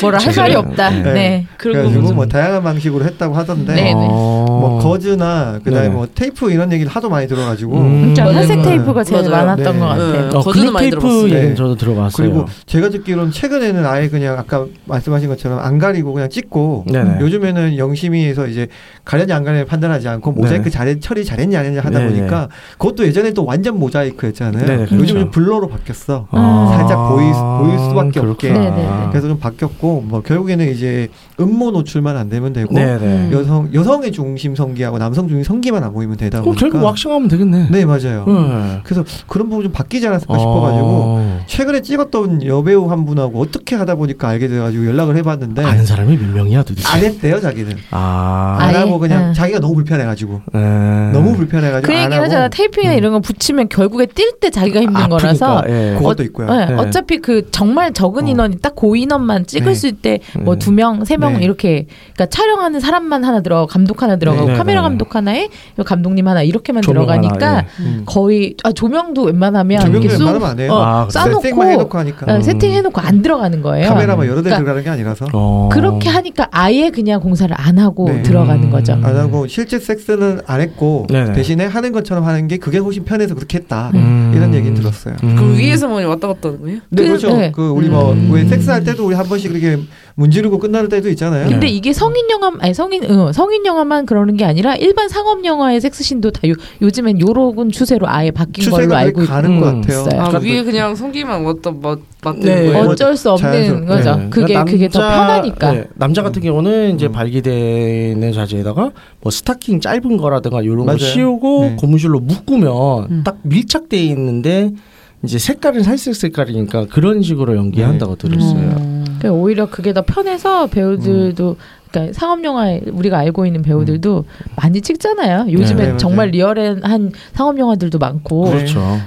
F: 뭐라 할 말이
B: 죄송해요.
F: 없다
B: 네.
F: 네,
D: 그래가지고 뭐 다양한 방식으로 했다고 하던데
B: 아.
F: 네, 네.
D: 뭐 거즈나 그다음에
B: 어. 네네.
D: 뭐 테이프 이런 얘기를 하도 많이 들어가지고
B: 음.
F: 진짜
G: 맞아요.
F: 회색 테이프가 제일
G: 맞아요.
F: 많았던
D: 네.
F: 것 같아요
G: 네.
B: 어,
G: 거즈는
B: 근육
G: 많이
B: 테이프
G: 들어봤어요.
B: 얘기는
D: 네.
B: 저도 들어봤어요.
D: 그리고 제가 듣기로는 최근에는 아예 그냥 아까 말씀하신 것처럼 안 가리고 그냥 찍고
B: 네네.
D: 요즘에는 영심이에서 이제 가렸냐 안 가렸냐 판단하지 않고 모자이크 잘해 처리 잘했냐 안 했냐 하다
B: 네. 네네.
D: 보니까 그것도 예전에 또 완전 모자이크였잖아요.
B: 네네, 그렇죠.
D: 요즘은 블러로 바뀌었어.
B: 아,
D: 살짝 보일 수- 보일 수밖에 없게.
B: 그렇구나.
D: 그래서 좀 바뀌었고 뭐 결국에는 이제 음모 노출만 안 되면 되고
B: 네네.
D: 여성 여성의 중심 성기하고 남성 중심 성기만 안 보이면 되다
B: 그럼
D: 보니까
B: 결국 왁싱하면 되겠네.
D: 네 맞아요.
B: 네. 아.
D: 그래서 그런 부분 좀 바뀌지 않았을까 싶어가지고 최근에 찍었던 여배우 한 분하고 어떻게 하다 보니까 알게 돼가지고 연락을 해봤는데
B: 아, 아는 사람이 몇 명이야 도대체?
D: 안 했대요 자기는
B: 아,
D: 안
F: 아예?
D: 하고 그냥
F: 응.
D: 자기가 너무 불편해가지고
B: 음.
D: 너무 불편해가지고
F: 그
D: 안
F: 얘기를
D: 하고
F: 하잖아 테이핑이나 이런 거 붙이면 결국에 뛸 때 자기가 힘든
B: 아프니까,
F: 거라서
B: 예.
D: 그것도 있고요.
F: 네,
B: 네.
F: 어차피 그 정말 적은
B: 어.
F: 인원이 딱그 고인원만 찍을
D: 네.
F: 수 있을 때 뭐
B: 네.
F: 두 명, 세 명
D: 네.
F: 이렇게 그러니까 촬영하는 사람만 하나 들어, 감독 하나 들어가고
B: 네, 네,
F: 카메라
B: 네.
F: 감독 하나에 감독님 하나 이렇게만
B: 조명
F: 들어가니까
B: 하나, 예.
D: 음.
F: 거의 아 조명도 웬만하면
D: 조명도
F: 이렇게 쏙
D: 웬만하면 안 해요.
F: 어,
B: 아, 그래요?
F: 싸놓고
D: 네. 세팅만 해놓고 음. 하니까
F: 어, 세팅해놓고 안 들어가는 거예요.
D: 카메라만 여러 대
F: 그러니까
D: 들어가는 게 아니라서
B: 어.
F: 그렇게 하니까 아예 그냥 공사를 안 하고
D: 네.
F: 들어가는 거죠.
B: 음.
D: 안 하고 실제 섹스는 안 했고
B: 네네.
D: 대신에 하는 것처럼 하는 게 그게 훨씬 편해서 그렇게 했다
B: 음.
D: 이런 얘기 들었어요.
B: 음.
G: 그럼 위에서 많이 왔다 갔다 하는 거예요?
D: 네,
F: 그-
D: 그, 렇죠
F: 네.
D: 그 우리
B: 음.
D: 뭐왜 섹스할 때도 우리 한 번씩 그렇게 문지르고 끝나는 때도 있잖아요.
F: 근데
B: 네.
F: 이게 성인 영화 아니 성인 응, 성인 영화만 그러는 게 아니라 일반 상업 영화의 섹스신도 다 요, 요즘엔 요런 추세로 아예 바뀐 걸로
D: 추세가
F: 알고
D: 알고
F: 있고
D: 가는
B: 있-
D: 것
B: 음,
D: 같아요.
F: 있어요.
G: 아
D: 그러니까
G: 위에 그냥 성기만 왔다 맞 맞대는
B: 네.
F: 음.
G: 거예요?
B: 어,
F: 어쩔 수 없는
D: 뭐 자연스럽게.
F: 거죠.
B: 네.
F: 그게
B: 그러니까
F: 그게 더
B: 남자-
F: 편하니까.
B: 네. 남자
D: 음.
B: 같은 경우는 이제 발기되는 자재에다가 뭐 스타킹 짧은 거라든가 이런 거
D: 맞아요.
B: 씌우고
D: 네.
B: 고무줄로 묶으면
F: 음.
B: 딱 밀착돼 있는데 이제 색깔은 살색 색깔이니까 그런 식으로 연기한다고
D: 네.
B: 들었어요.
F: 그러니까 오히려 그게 더 편해서 배우들도 그러니까 상업 영화 우리가 알고 있는 배우들도 많이 찍잖아요. 요즘에
D: 음. 네, 맞아요.
F: 정말 리얼한 상업 영화들도 많고. 네.
B: 그렇죠.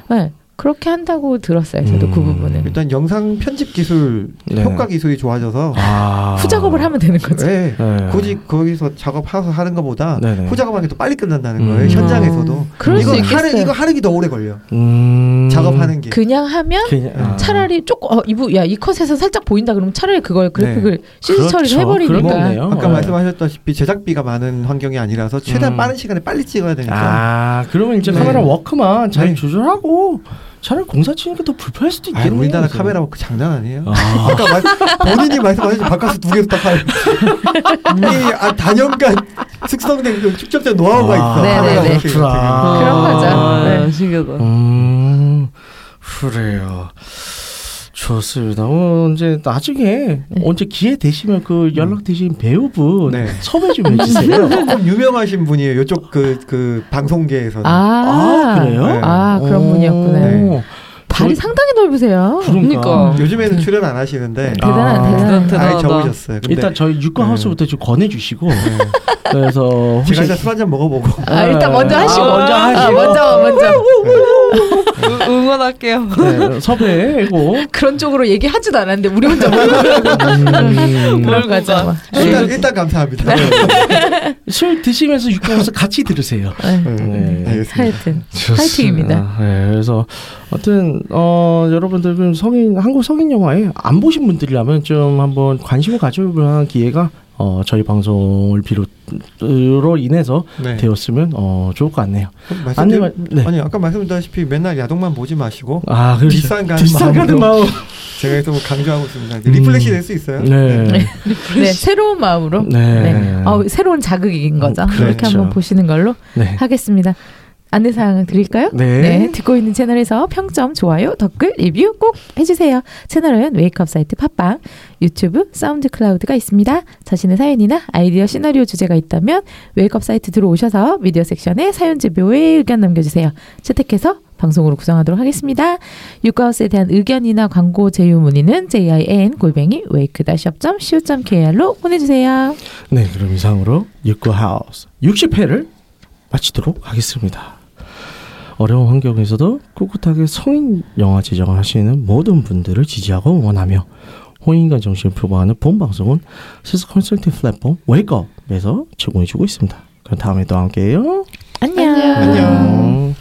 F: 그렇게 한다고 들었어요. 저도 그
B: 음.
F: 부분은
D: 일단 영상 편집 기술
B: 네.
D: 효과 기술이 좋아져서
B: 아.
F: 후작업을 하면 되는 거죠.
D: 네.
B: 네.
D: 굳이 거기서 작업해서 하는 것보다
B: 네네.
D: 후작업하는 게 더 빨리 끝난다는
B: 음.
D: 거예요. 현장에서도
F: 그럴
D: 이거
F: 수
D: 하는
F: 있겠어요.
D: 이거 하는 게 더 오래 걸려.
B: 음.
D: 작업하는 게.
F: 그냥 하면
B: 그냥- 아.
F: 차라리 조금 어, 이부 야이 컷에서 살짝 보인다 그러면 차라리 그걸 그래픽을 CG 처리를
B: 그렇죠.
F: 해버리니까
B: 그렇겠네요.
D: 아까
B: 네.
D: 말씀하셨다시피 제작비가 많은 환경이 아니라서 최대한
B: 음.
D: 빠른 시간에 빨리 찍어야 되니까.
B: 아, 그러면 이제
D: 네.
B: 카메라 워크만 잘
D: 네.
B: 조절하고 차라리 공사 치니까 더 불편할 수도
D: 아,
B: 있겠네요.
D: 우리나라
B: 그래서.
D: 카메라 워크 장난 아니에요.
B: 아.
D: 아까 말, 본인이 말씀하신 바깥에서 두 개로 딱 하는. 이 아, 단연간 숙성된 그 축적된 노하우가 있어.
B: 네,
D: 카메라
B: 네, 네.
D: 워킹 같은 경우는.
B: 그렇구나.
F: 그런 거죠. 네.
G: 아, 신기하다.
B: 음, 그래요. 좋습니다. 어, 이제 나중에
F: 네.
B: 언제 기회 되시면 그 연락 되신 배우분
D: 네.
B: 섭외 좀 해주세요.
D: 조금 어, 유명하신 분이에요. 요쪽 그, 그, 방송계에서는.
F: 아,
B: 아, 그래요?
D: 네.
F: 아 그런
B: 오,
F: 분이었구나.
B: 네.
F: 발이
B: 저-
F: 상당히 넓으세요.
G: 그러니까.
D: 요즘에는 출연 안 하시는데.
B: 아.
F: 대단한 대단한.
G: 대단하다.
D: 아예 적으셨어요. 근데
B: 일단 저희 육과
D: 네.
B: 하우스부터 좀 권해주시고 그래서 혹시
D: 제가 일단 술 한잔 먹어보고.
F: 아, 일단 먼저 하시고
B: 아, 먼저 하시고.
F: 아, 먼저 먼저
G: 응- 응원할게요.
B: 네, 섭외고
F: 그런 쪽으로 얘기하지도 않았는데 우리 혼자
B: 음.
F: 뭘 가자.
D: 네. 일단, 일단 감사합니다.
B: 술 드시면서 육과 하우스 같이 들으세요. 네.
D: 음. 알겠습니다.
F: 하여튼
B: 좋습니다.
F: 파이팅입니다.
B: 네, 그래서 어떤 어 여러분들 그 성인 한국 성인 영화에 안 보신 분들이라면 좀 한번 관심을 가져볼 만한 기회가 어 저희 방송을 비롯으로 인해서
D: 네.
B: 되었으면 어 좋을 것 같네요.
D: 말씀드린-
B: 아니, 네.
D: 아니, 아까 말씀드렸다시피 맨날 야동만 보지 마시고.
B: 아, 그렇죠.
D: 비싼 가는
B: 비싼 가는 마음.
D: 제가 계속 강조하고 있습니다. 이제 리플렉시 될 수 있어요.
B: 음. 네.
F: 네, 새로운 마음으로.
B: 네.
F: 어, 새로운 자극인 거죠.
B: 음,
F: 그렇게
B: 그렇죠.
F: 한번 보시는 걸로
B: 네.
F: 하겠습니다. 안내사항 드릴까요?
B: 네.
F: 듣고 있는 채널에서 평점, 좋아요, 댓글, 리뷰 꼭 해주세요. 채널은 웨이크업 사이트 팟빵, 유튜브, 사운드 클라우드가 있습니다. 자신의 사연이나 아이디어, 시나리오 주제가 있다면 웨이크업 사이트 들어오셔서 미디어 섹션에 사연 제보에 의견 남겨주세요. 채택해서 방송으로 구성하도록 하겠습니다. 유가우스에 대한 의견이나 광고 제휴 문의는 jin 골뱅이 wake-up.co.kr로 보내주세요.
B: 네, 그럼 이상으로 육구하우스 60회를 마치도록 하겠습니다. 어려운 환경에서도 꿋꿋하게 성인 영화 제작을 하시는 모든 분들을 지지하고 응원하며 호인간 정신을 표방하는 본 방송은 세스 컨설팅 플랫폼 웨이크업에서 제공해주고 있습니다. 그럼 다음에 또 함께해요.
F: 안녕.
B: 안녕.